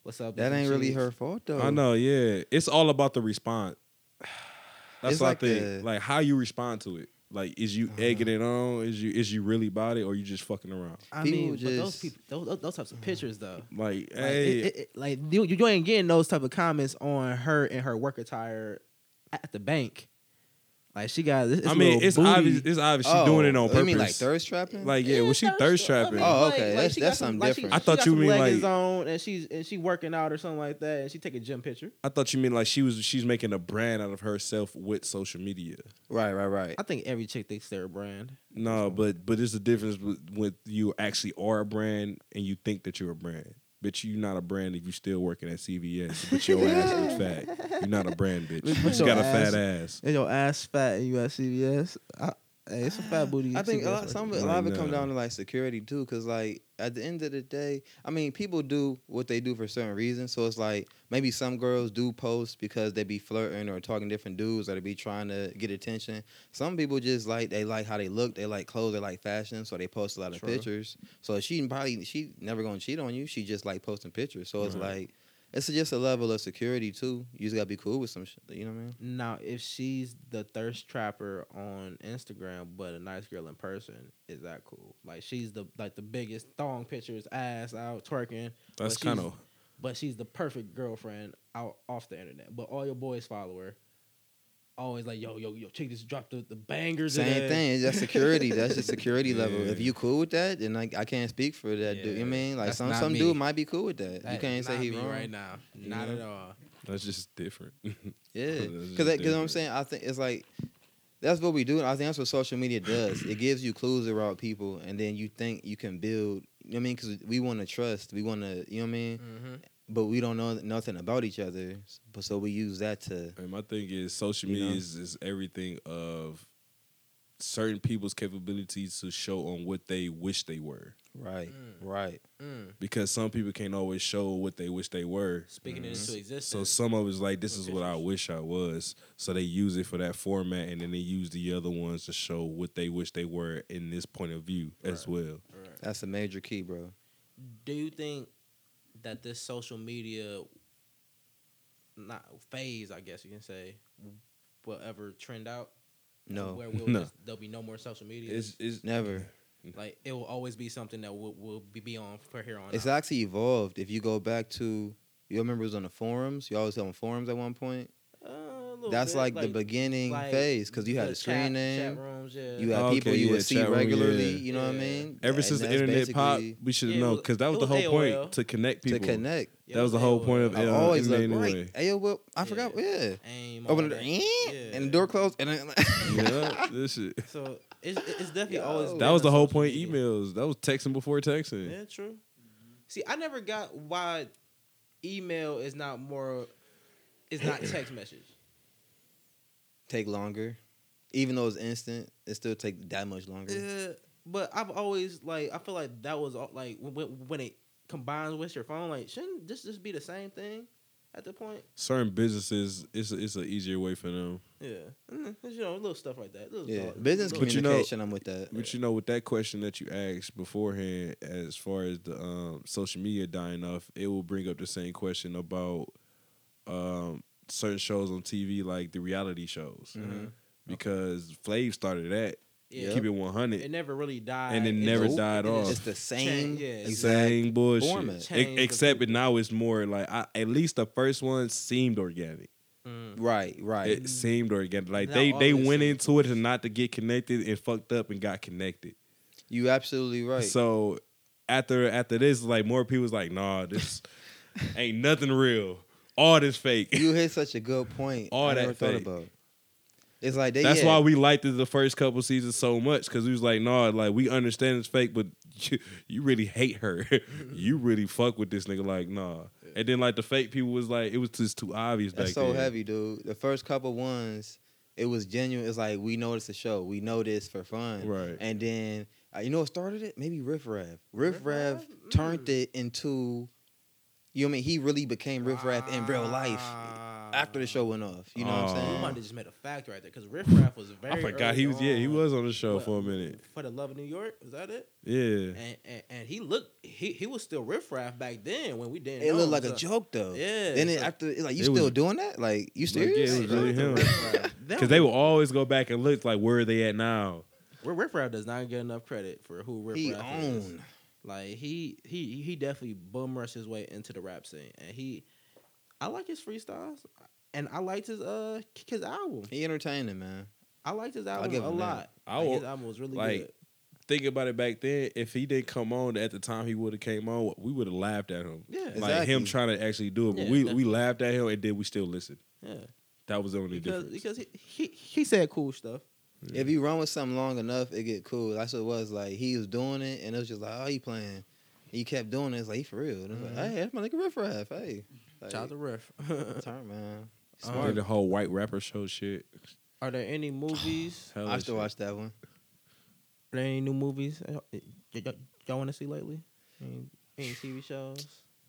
what's up?"
That
This
ain't
and
really
cheese?"
her fault though.
I know, yeah. It's all about the response. *sighs* That's
It's
what
like Uh-huh.
I think.
the-
like how you respond to it. Like is you egging it on? Is you is you really about it or you just fucking around?
I
People
mean, but those
just-
people, those, those types of pictures though.
Like,
Like,
hey,
it- it- it- like you, you ain't getting those type of comments on her and her work attire at the bank. Like she got. This,
I mean, it's obvious. It's obvious she's doing it on
Oh, You
purpose.
mean like thirst trapping?
Like, yeah, was she thirst trapping?
Oh, okay, that's- that's something different.
I thought you mean, like-
leggings on and she's and she working out or something like that, and she take a gym picture.
I thought you mean like she was. She's making a brand out of herself with social media.
right, right, right.
I think every chick thinks they're a brand.
No, but but there's a difference with, with you actually are a brand and you think that you're a brand. But you're not a brand if you still working at CVS. But your ass *laughs* is fat. You're not a brand, bitch. You
But
just
your
got a
ass-
fat ass.
And your ass fat and you at CVS. I, hey, it's a *sighs* fat booty.
I think a
CVS
lot,
right
some, of
there.
it- a lot of
Like,
it come
nah.
down to like security too, because like at the end of the day, I mean, people do what they do for certain reasons. So it's like maybe some girls do post because they be flirting or talking to different dudes or they be trying to get attention. Some people just like they like how they look, they like clothes, they like fashion, so they post a lot of
True.
pictures. So she probably she never gonna cheat on you. She just like posting pictures. So it's
Right.
like It's just a level of security too. You just gotta be cool with some shit. You know what I mean?
Now, if she's the thirst trapper on Instagram, but a nice girl in person, is that cool? Like she's the like the biggest thong pictures, ass out twerking,
That's
But she's-
kind of
but she's the perfect girlfriend out off the internet. But all your boys follow her. Always like yo yo yo, check this, drop the, the bangers.
Same
today.
thing. That's security. That's
*laughs*
just security level.
Yeah.
If you cool with that, then like I can't speak for that dude. You
Yeah.
mean like
That's
some
not
some
me.
dude might be cool with that.
That
you
is
can't say
not
he
me
wrong.
right now. Not
Yeah.
at all.
that's just different. *laughs*
Yeah,
That's just
because because I'm
different.
saying I think it's like that's what we do. and I think that's what social media does. it gives you clues around people, and then you think you can build. You know what I mean, because we want to trust. We want to. You know what I mean.
Mm-hmm.
But we don't know nothing about each other, but so we use that to.
And my thing is, social
You
media
know?
is, is everything of certain people's capabilities to show on what they wish they were.
Right,
Mm.
right.
Mm.
Because some people can't always show what they wish they were.
Speaking it into existence.
So some of it's like, this is what I wish I was. So they use it for that format, and then they use the other ones to show what they wish they were in this point of view as well.
Right.
That's a major key, bro.
Do you think that this social media not phase, I guess you can say, will ever trend out? to
*laughs* No,
Where we'll
No.
just, there'll be no more social media.
It's, it's
never.
like it will always be something that will will be, be on for here on
It's
out.
actually evolved. If you go back to, you remember it was on the forums. You always on forums at one point.
Uh, a little
That's
bit,
like, the beginning
like
phase because you had
the
a screen
chat,
name.
Chat rooms, yeah.
You had
Oh, Okay,
people you
yeah,
would see
chat room,
regularly.
yeah.
You know what I
Yeah.
mean?
ever
And
since the
that's
internet popped,
basically
we should have
Yeah, it
known
was-
because that was
it
the
was
whole
AOL.
point to connect
to
people.
connect.
Yeah,
That was the
they
whole
will-
point of
I
it. Yeah,
always
internet
look
anyway.
right. Ayo, well, I
Yeah.
forgot. Yeah,
aim all
open the eh?
that. Yeah.
and the door closed, and
*laughs*
then
*laughs* yeah, this
*laughs*
shit.
So it's it's definitely always
Yo.
been
That was
a
the whole
social
point.
media.
Emails. That was texting before texting.
Yeah, true. See, I never got why email is not more is
*coughs*
not text message.
*laughs* take longer. Even though it's instant, it still take that much longer.
Uh, but I've always like I feel like that was all, like when, when it combines with your phone, like shouldn't this just be the same thing at the point?
Certain businesses, it's a, it's an easier way for them.
Yeah, Mm, you know, little stuff like that. Little
Yeah,
dog-
business
little-
But you know-
communication. I'm with that.
But you know, with that question that you asked beforehand, as far as the um, social media dying off, it will bring up the same question about um, certain shows on TV, like the reality shows,
Mhm.
because Flav started that.
yeah.
Keep it one hundred.
It never really died,
And it
It's
never
just-
died
it's
off.
It's the same.
yeah, it's
exact-
same bullshit.
format.
E- except it now it's more like I, at least the first one seemed organic.
Mm.
Right, right.
It seemed organic. Like
Now
they
all
they
this
went
is-
into it and not to get connected and fucked up and got connected.
you absolutely right.
So *laughs* after after this, like more people was like, nah,
*laughs*
this ain't nothing real. All this fake.
you hit such a good point.
All
I
that
never thought
fake.
about. It's like they.
That's
yeah,
why we liked it the first couple seasons so much because we was like, nah, like we understand it's fake, but *laughs* you, you really hate her. *laughs* you really fuck with this nigga, like nah. And then like the fake people was like, it was just too obvious.
That's
back
so
then.
heavy, dude. The first couple ones, it was genuine. It's like we know this a show. We know this for fun.
Right.
And then uh, you know what started it? Maybe Riff Raff. Riff
Riff
Raff
Raff?
turned
Mm.
it into you know what I mean he really became Riff Raff in real life
Ah.
after the show went off. You know
Oh.
what
We
I'm
might have
saying?
just made a fact right there because Riff Raff was very.
I forgot
early
he was. Yeah, he
on
was on the show
What-
for a minute.
for the love of New York. Is that it?
Yeah.
And and, and he looked he he was still Riff Raff back then when we didn't.
It
know
looked
him,
like a
so-
joke though.
Yeah,
Then
it's
it,
like-
after it's like you
It
still
was-
doing that? Like you
Like, yeah,
serious?
it was really
*laughs*
him. *laughs*
Them-
Because they will always go back and look like where are they at now.
Riff Riff Raff does not get enough credit for who Riff
He
Raff is.
owned.
Like he he he definitely bum rushed his way into the rap scene, and he I like his freestyles, and I liked his uh his album.
He entertaining, man.
I liked his
I'll
album
give
a
him that.
lot.
I
Like,
will-
his album was really
like,
good.
Think about it back then. If he didn't come on at the time he would have came on, we would have laughed at him.
Yeah,
Like him
Exactly.
trying to actually do it, but
Yeah,
we we
definitely.
laughed at him and then we still listened.
yeah,
That was the only
because
difference.
because he, he he said cool stuff.
If you run with something long enough, it get cool. That's what it was like. He was doing it, and it was just like, oh, he playing. He kept doing it. It's like he for real. And it's
Mm-hmm.
like, hey, that's my nigga riff raff. Hey, like,
Shout out to Riff. *laughs*
turn man.
Then the whole white rapper show shit.
Are there any movies?
Hella
I still
shit.
watch that one.
Are there any new movies eh, y'all, y'all, y'all want to see lately? Any, *sighs* any TV shows?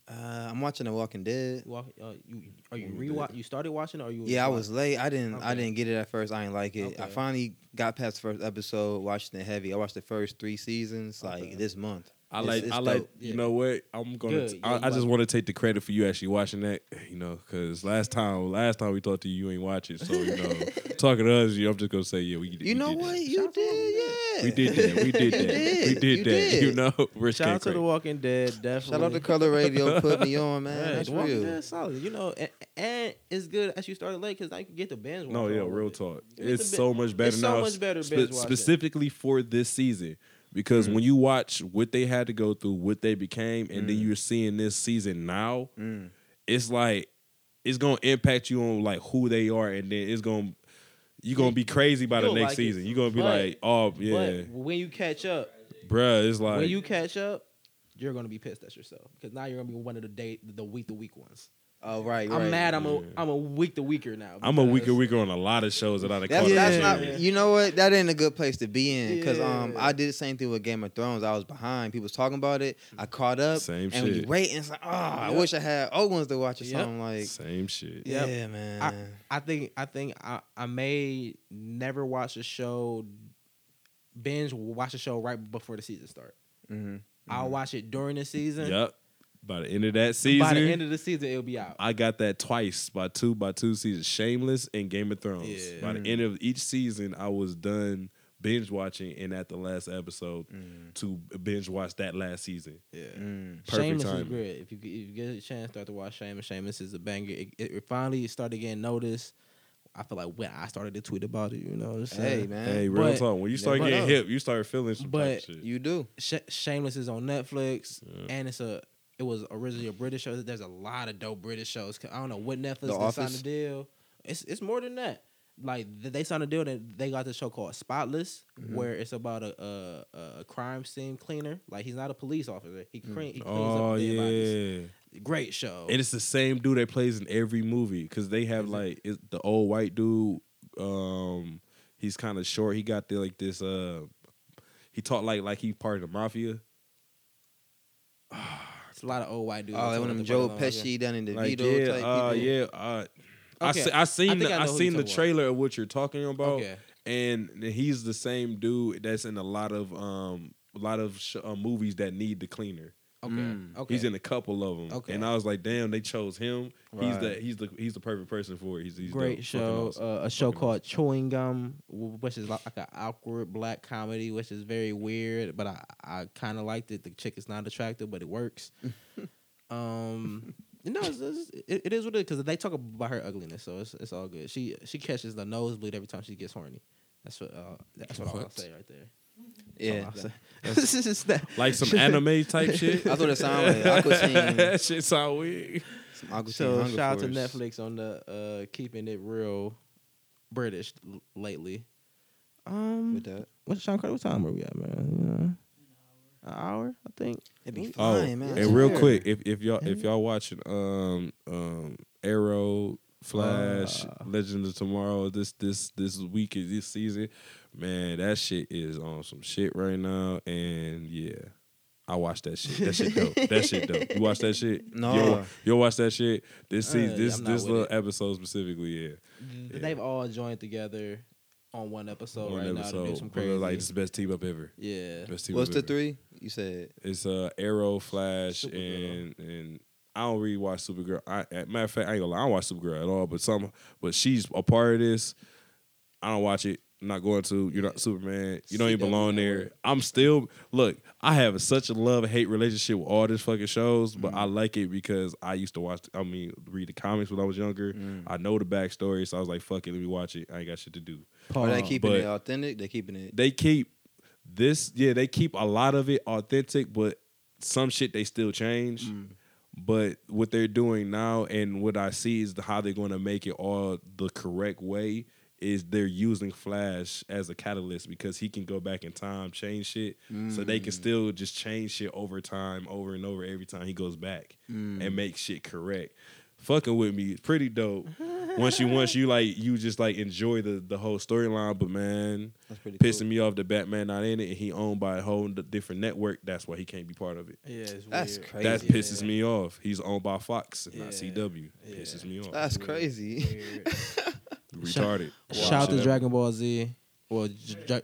Uh, I'm watching The Walking Dead.
Walk, uh, you are you
Mm,
rewatch? You started watching it or you?
Yeah, I was late. I didn't. I
Okay.
didn't get it at first. I didn't like it. I
Okay.
finally got past the first episode. Watching it heavy. I watched the first three seasons like
Okay.
this month.
I
It's-
like,
it's
I like.
dope.
You know what? I'm gonna.
Good.
T-
Yeah,
I,
you
I just
like-
want to take the credit for you actually watching that. You know, because last time, last time we talked to you, you ain't watch it. So you
*laughs*
know, talking to us, you, I'm just gonna say, yeah, we. did-
You
we
know
did that.
what? You did, yeah.
We did that. We
*laughs*
did
You
that. We
did.
did that.
You
*laughs*
did.
You know, Rich
Shout
Kid
out to
Craig.
the Walking Dead. Definitely.
Shout out to Color Radio put me on, man.
Yeah,
That's
The Walking
real.
Dead solid. You know, and, and it's good as you started late because now you can get the binge.
No,
watch
yeah,
all of
real
it.
talk.
It's a
It's,
bit-
so much better
it's so
now.
much better
spe-
binge watching.
specifically for this season. Because when you watch what they had to go through, what they became, and then you're seeing this season now,
Mm.
it's like it's gonna impact you on like who they are, and then it's gonna you're gonna be crazy by the
You'll
next
like it.
season. You're gonna be
But-
like, oh yeah,
But when you catch up,
bruh. It's like
when you catch up, you're gonna be pissed at yourself because now you're gonna be one of the day, the week to week ones.
Oh, right, right.
I'm mad. I'm
Yeah.
a I'm a week to weaker now.
I'm a weaker
because-
weaker on a lot of shows that I done
That's,
caught up
that's
on.
not. You know what? That ain't a good place to be in. Cause um,
Yeah.
I did the same thing with Game of Thrones. I was behind. People was talking about it. I caught up.
Same
and And
shit.
you wait, and it's like, oh, I
Yep.
wish I had old ones to watch or
Yep.
something. Like,
Same shit.
Yep.
yeah, man.
I think I think I, I may never watch a show binge watch a show right before the season start.
mm-hmm.
I'll watch it during the season.
Yep. By the end of that season, Mm,
By the end of the season, it'll be out.
I got that twice by two by two seasons. Shameless and Game of Thrones.
Yeah.
By the end of each season, I was done binge watching, and at the last episode
Mm.
Mm-hmm.
to binge watch that last season.
yeah.
Mm.
Perfect
Shameless
timing.
is great. If you, if you get a chance, start to watch Shameless. Shameless is a banger. It, it, it finally started getting noticed. I feel like when I started to tweet about it, you know what I'm saying?
Hey, man.
Hey, real
But-
talk. When you start
but-
getting hip, you start feeling some type
but
of shit.
You do.
Sh- Shameless is on Netflix,
Yeah.
and it's a it was originally a British show. There's a lot of dope British shows. I don't know what Netflix
The
they signed
Office?
a deal. It's it's more than that. Like th- they signed a deal that they got this show called Spotless,
Mm-hmm.
where it's about a, a a crime scene cleaner. Like he's not a police officer. He,
Mm.
clean, he cleans
Oh
up dead bodies.
yeah,
Great show.
and it's the same dude that plays in every movie because they have like it's the old white dude. Um, he's kind of short. He got the like this. Uh, he talked like like he part of the mafia.
It's a lot of old white dudes.
Oh,
That's
one
what
of them
the fuck
Joe
I don't like.
Pesci down in the
like,
Vito
yeah,
type
uh,
people.
yeah. Uh, I,
Okay.
se- I seen
I think
the,
I know
I
who you
seen the
talking about.
trailer of what you're talking about,
Okay.
and he's the same dude that's in a lot of um a lot of sh- uh, movies that need the cleaner.
Okay.
Mm.
Okay.
He's in a couple of them,
Okay.
and I was like, damn, they chose him. He's
Right.
the he's the he's the perfect person for it. He's, he's
great
dope. Fucking
show.
awesome.
Uh, a show
Fucking
called Chewing Gum, w- which is like, like an awkward black comedy, which is very weird, but I, I kind of liked it. The chick is not attractive, but it works. um, no, it's, it's, it, it is what it is because they talk about her ugliness, so it's it's all good. She she catches the nosebleed every time she gets horny. That's what uh, that's what, I'll
What?
say right
*laughs*
there.
yeah.
That's all I'll say. This is that- *laughs*
like some anime type shit.
That's what it sound
*laughs*
like. Aqua
that shit sound weird.
Team. Aqua
So
Team
shout out to
Hunger Force.
Netflix on the uh, keeping it real British l- lately. Um,
With that.
What's Sean Carter? What time are we at, man? You know, an hour, I think.
It'd be
Oh,
fine, man.
and real
Sure.
quick, if if y'all
Mm-hmm.
if y'all watching um um Arrow, Flash,
Uh.
Legends of Tomorrow, this this this week is this season, man, that shit is on some shit right now, and yeah. I watched that shit. That shit dope. that shit dope. You watch that
*laughs*
shit?
No.
You'll, you'll watch that shit. This
Uh,
season,
yeah,
this
I'm not
this
with
little
it.
episode specifically, yeah. Yeah.
Mm-hmm. They've all joined together on one episode
One
right now to do
episode.
some
One of,
crazy.
Like this is best team up ever.
yeah,
Best team
What's
up
the
ever.
three? You said
It's uh Arrow, Flash,
Supergirl.
and and I don't really watch Supergirl. I a matter of fact, I ain't gonna lie, I don't watch Supergirl at all. But some, but she's a part of this. I don't watch it. I'm not going to. You're not Superman. You don't even
CW
belong there.
network.
I'm still look. I have such a love hate relationship with all these fucking shows, but I like it because I used to watch. I mean, read the comics when I was younger. I know the backstory, so I was like, "Fuck it, let me watch it. I ain't got shit to do."
are they keeping
but-
it authentic? They keeping it.
they keep this yeah they keep a lot of it authentic but some shit they still change but what they're doing now and what i see is the, how they're going to make it all the correct way is they're using flash as a catalyst because he can go back in time change shit so they can still just change shit over time over and over every time he goes back and make shit correct fucking with me it's pretty dope once you once you like you just like enjoy the the whole storyline but man
That's pretty cool.
pissing me off that Batman not in it and he owned by a whole d- different network. That's why he can't be part of it.
Yeah, it's
That's
weird.
crazy.
That pisses me off. He's owned by Fox and not
Yeah.
CW.
Yeah.
Pisses me off.
That's crazy.
Weird.
Retarded.
Shout out to Dragon Ball Z. Well, Dra-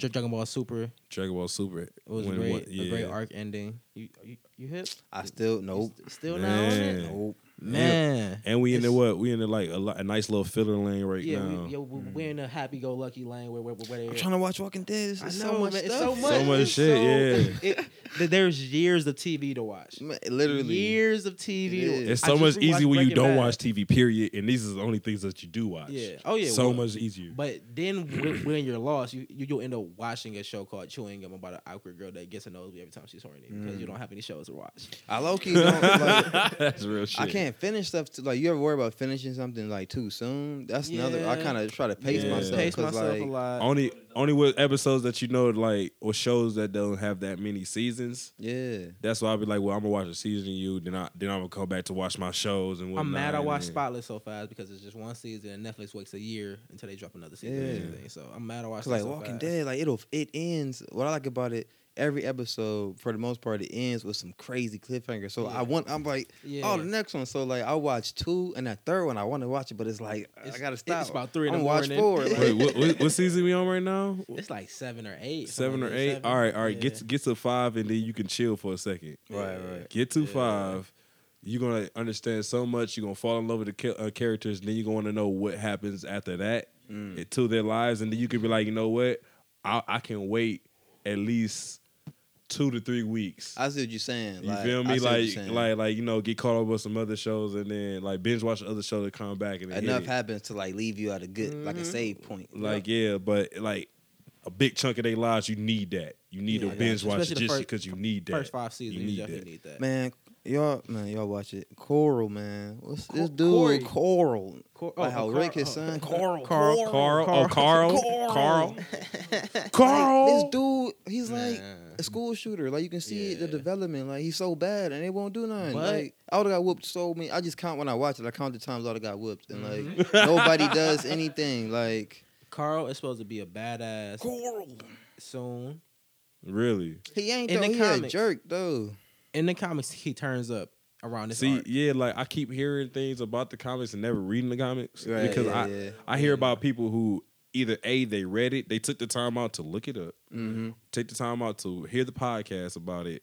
Dra- Dragon Ball Super
Dragon Ball Super. It
was great, a great arc ending. You you, you hip?
*laughs* I still nope.
Still not on it?
Oh, Man.
Nope.
Man.
And we in the
It's-
what? We in the like a, li- a nice little filler lane right
Yeah,
now. Mm.
we, yo, we, we're in a happy-go-lucky lane where where, where
I'm
they-
trying to watch Walking Dead. It's,
I know,
it's so much
man, it's
stuff.
so much,
so much
it's
shit,
so- *laughs* it- th- there's years of TV to watch.
Ma- Literally.
years of TV.
It
to-
is.
it's
I
so
just
much
rewatched
easier when you
Breaking
don't
Bad.
watch TV. Period. And these are the only things that you do watch.
Yeah. Oh yeah.
So
well,
much easier.
But then when, when you're lost, you, you you'll end up watching a show called Chewing Gum about an awkward girl that gets a nosebleed every time she's horny because
Mm.
you don't have any shows to watch.
I low key
*laughs*
don't like.
That's real shit.
I can't finish stuff. Too, like you ever worry about finishing something like too soon? That's another. I
Yeah.
kind of try to pace
Yeah.
myself.
Pace
'cause,
myself a
like,
lot.
Only only with episodes that you know like or shows that don't have that many seasons.
Yeah.
That's why I'll be like, well, I'm gonna watch a season of you, then I then I'm gonna come back to watch my shows and whatnot.
I'm mad I
and
watched
then-
Spotless so fast because it's just one season and Netflix waits a year until they drop another season.
Yeah.
And everything. So I'm mad I watched
Cause like
that so
Walking
fast.
Dead, like it'll it ends. What I like about it, every episode for the most part, it ends with some crazy cliffhanger. So
Yeah.
I want, I'm like,
Yeah.
oh, the next one. So like I watch two and that third one, I want to watch it, but it's like I
It's-
gotta stop.
It's about three in the
I'm
morning.
watch four. Like,
Wait, what, what, what season we on right now?
It's like seven or eight.
Seven
something
or
like
eight?
that.
All right, all right. Get
Yeah.
to, get to five, and then you can chill for a second.
Right, right.
Get to
Yeah.
five. You're gonna understand so much. You're gonna fall in love with the cha- uh, characters. Then you're gonna want to know what happens after that
Mm.
eh, to their lives, and then you can be like, you know what? I, I can wait at least two to three weeks.
I see what you're saying.
you
like,
feel
I
me?
see what you're
Like,
saying.
like, like you know, get caught up with some other shows, and then like binge watch the other show to come back and then hit
enough
it.
happens to like leave you at a good, like
Mm-hmm.
a save point.
Like yeah, but like a big chunk of their lives, you need that. You need
Yeah,
to
I got
binge
you.
watch
Especially the
just
fir-
because you need that.
First five seasons, you,
need
definitely
that.
need that.
man, y'all, man, y'all watch it. Coral, man, what's
Cor-
this dude?
Corey.
Coral.
Cor-
like
oh,
how
oh,
Rick,
Carl-
his son,
oh.
Coral,
Carl-
Carl, oh Carl, Carl,
Like,
Carl.
this dude, he's like
Nah.
a school shooter. Like you can see the
Yeah.
development. Like he's so bad, and they won't do nothing.
But-
like I would have got whooped so many. I just count when I watch it. I count the times I would have got whooped, and like
Mm-hmm. *laughs*
nobody does anything. Like
Carl is supposed to be a badass soon.
Really?
he ain't
In
though.
the
He a
comics.
jerk though.
In the comics, he turns up around this.
See,
arc.
yeah, like I keep hearing things about the comics and never reading the comics
Right,
because
yeah,
I
yeah.
I hear about people who either a they read it, they took the time out to look it up,
Mm-hmm.
take the time out to hear the podcast about it.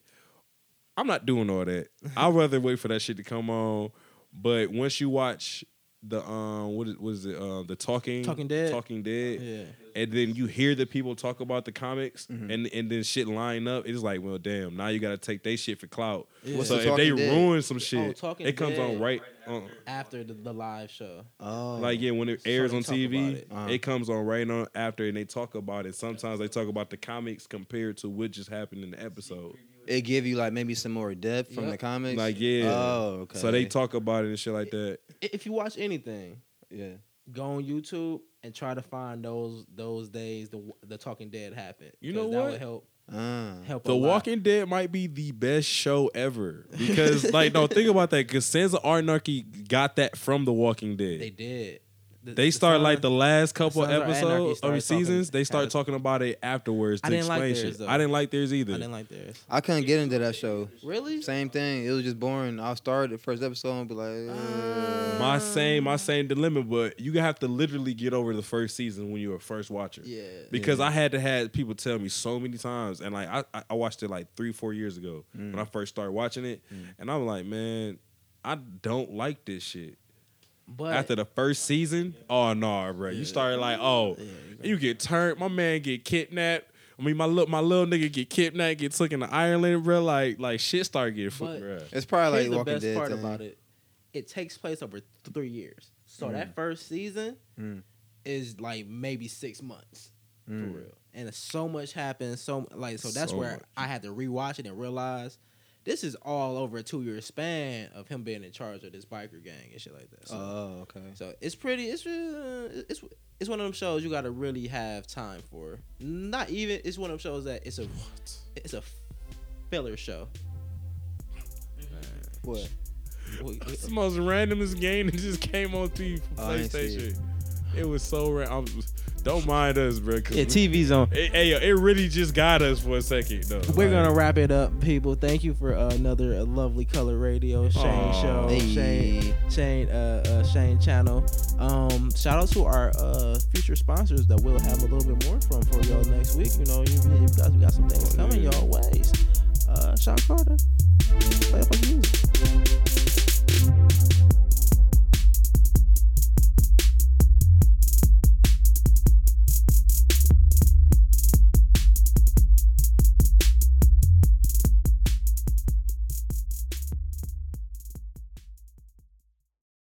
I'm not doing all that.
*laughs*
I'd rather wait for that shit to come on. But once you watch the um what is, what is it um the talking
Talking Dead?
talking dead
yeah. Mm-hmm.
and then you hear the people talk about the comics and and then shit line up it's like well damn now you got to take they shit for clout
Yeah. What's
so
the
if they
Talking Dead?
ruin some shit
Talking
it comes on
Dead.
right uh, on
After the, the live show,
Oh,
like yeah when it
So
airs
they
on
talk
TV
about
it.
it.
Uh-huh.
comes on right on after and they talk about it sometimes they talk about the comics compared to what just happened in the episode
it give you like maybe some more depth from
Yep.
the comics.
like yeah
Oh, okay.
so they talk about it and shit like that
I- if you watch anything,
Yeah.
go on YouTube and try to find those those days the the Talking Dead happened.
You know
'Cause that
what?
would help
Uh,
help. a
The
lot.
Walking Dead might be the best show ever *laughs* because, like, no, think about that. Because Sons of Anarchy got that from The Walking Dead.
they
They,
did. The-
start
son-
like the last couple
Sons of Anarchy
episodes
started
or seasons.
talking-
they start
had a-
talking about it afterwards. To
I didn't like
explain
theirs,
shit.
though.
I didn't like theirs
I
either.
didn't like theirs.
I couldn't get into that show.
Really?
Same thing. It was just boring. I started the first episode and be like, uh,
my
Ah.
same, my same dilemma. But you have to literally get over the first season when you're a first watcher.
Yeah.
Because I had to have people tell me so many times, and like I, I- I watched it like three, four years ago
Mm.
when I first started watching it, and I'm like, man, I don't like this shit.
But
after the first season, oh no, bro. You started like, oh, you get turned. My man get kidnapped. I mean, my little my little nigga get kidnapped, get took into Ireland, bro. Like like shit started getting fucked,
But-
bro.
it's probably
here's
like
the
Walking
best
Dead.
part
thing.
about it. It takes place over th- three years. So that first season
Mm.
is like maybe six months
Mm.
for real. And so much happens. So like so that's
So
where
much.
I had to rewatch it and realize this is all over a two year span of him being in charge of this biker gang and shit like that. So,
Oh, okay.
so it's pretty. It's uh, it's it's one of them shows you got to really have time for. Not even. It's one of them shows that it's a it's a filler show.
What?
Well,
It's the most randomest game that just came on to you
Oh,
from
I didn't see
PlayStation. It was so random. Don't mind us, bro.
Yeah, TV's on.
Hey, hey, yo, it really just got us for a second, though.
We're
Like,
gonna wrap it up, people. Thank you for uh, another uh, lovely color radio Shane
Aw.
show,
Hey.
Shane Shane uh, uh, Shane channel. Um, shout out to our uh, future sponsors that we'll have a little bit more from for y'all next week. You know, you, you guys, we got some things coming
Oh, yeah.
y'all ways. Uh, Sean Carter,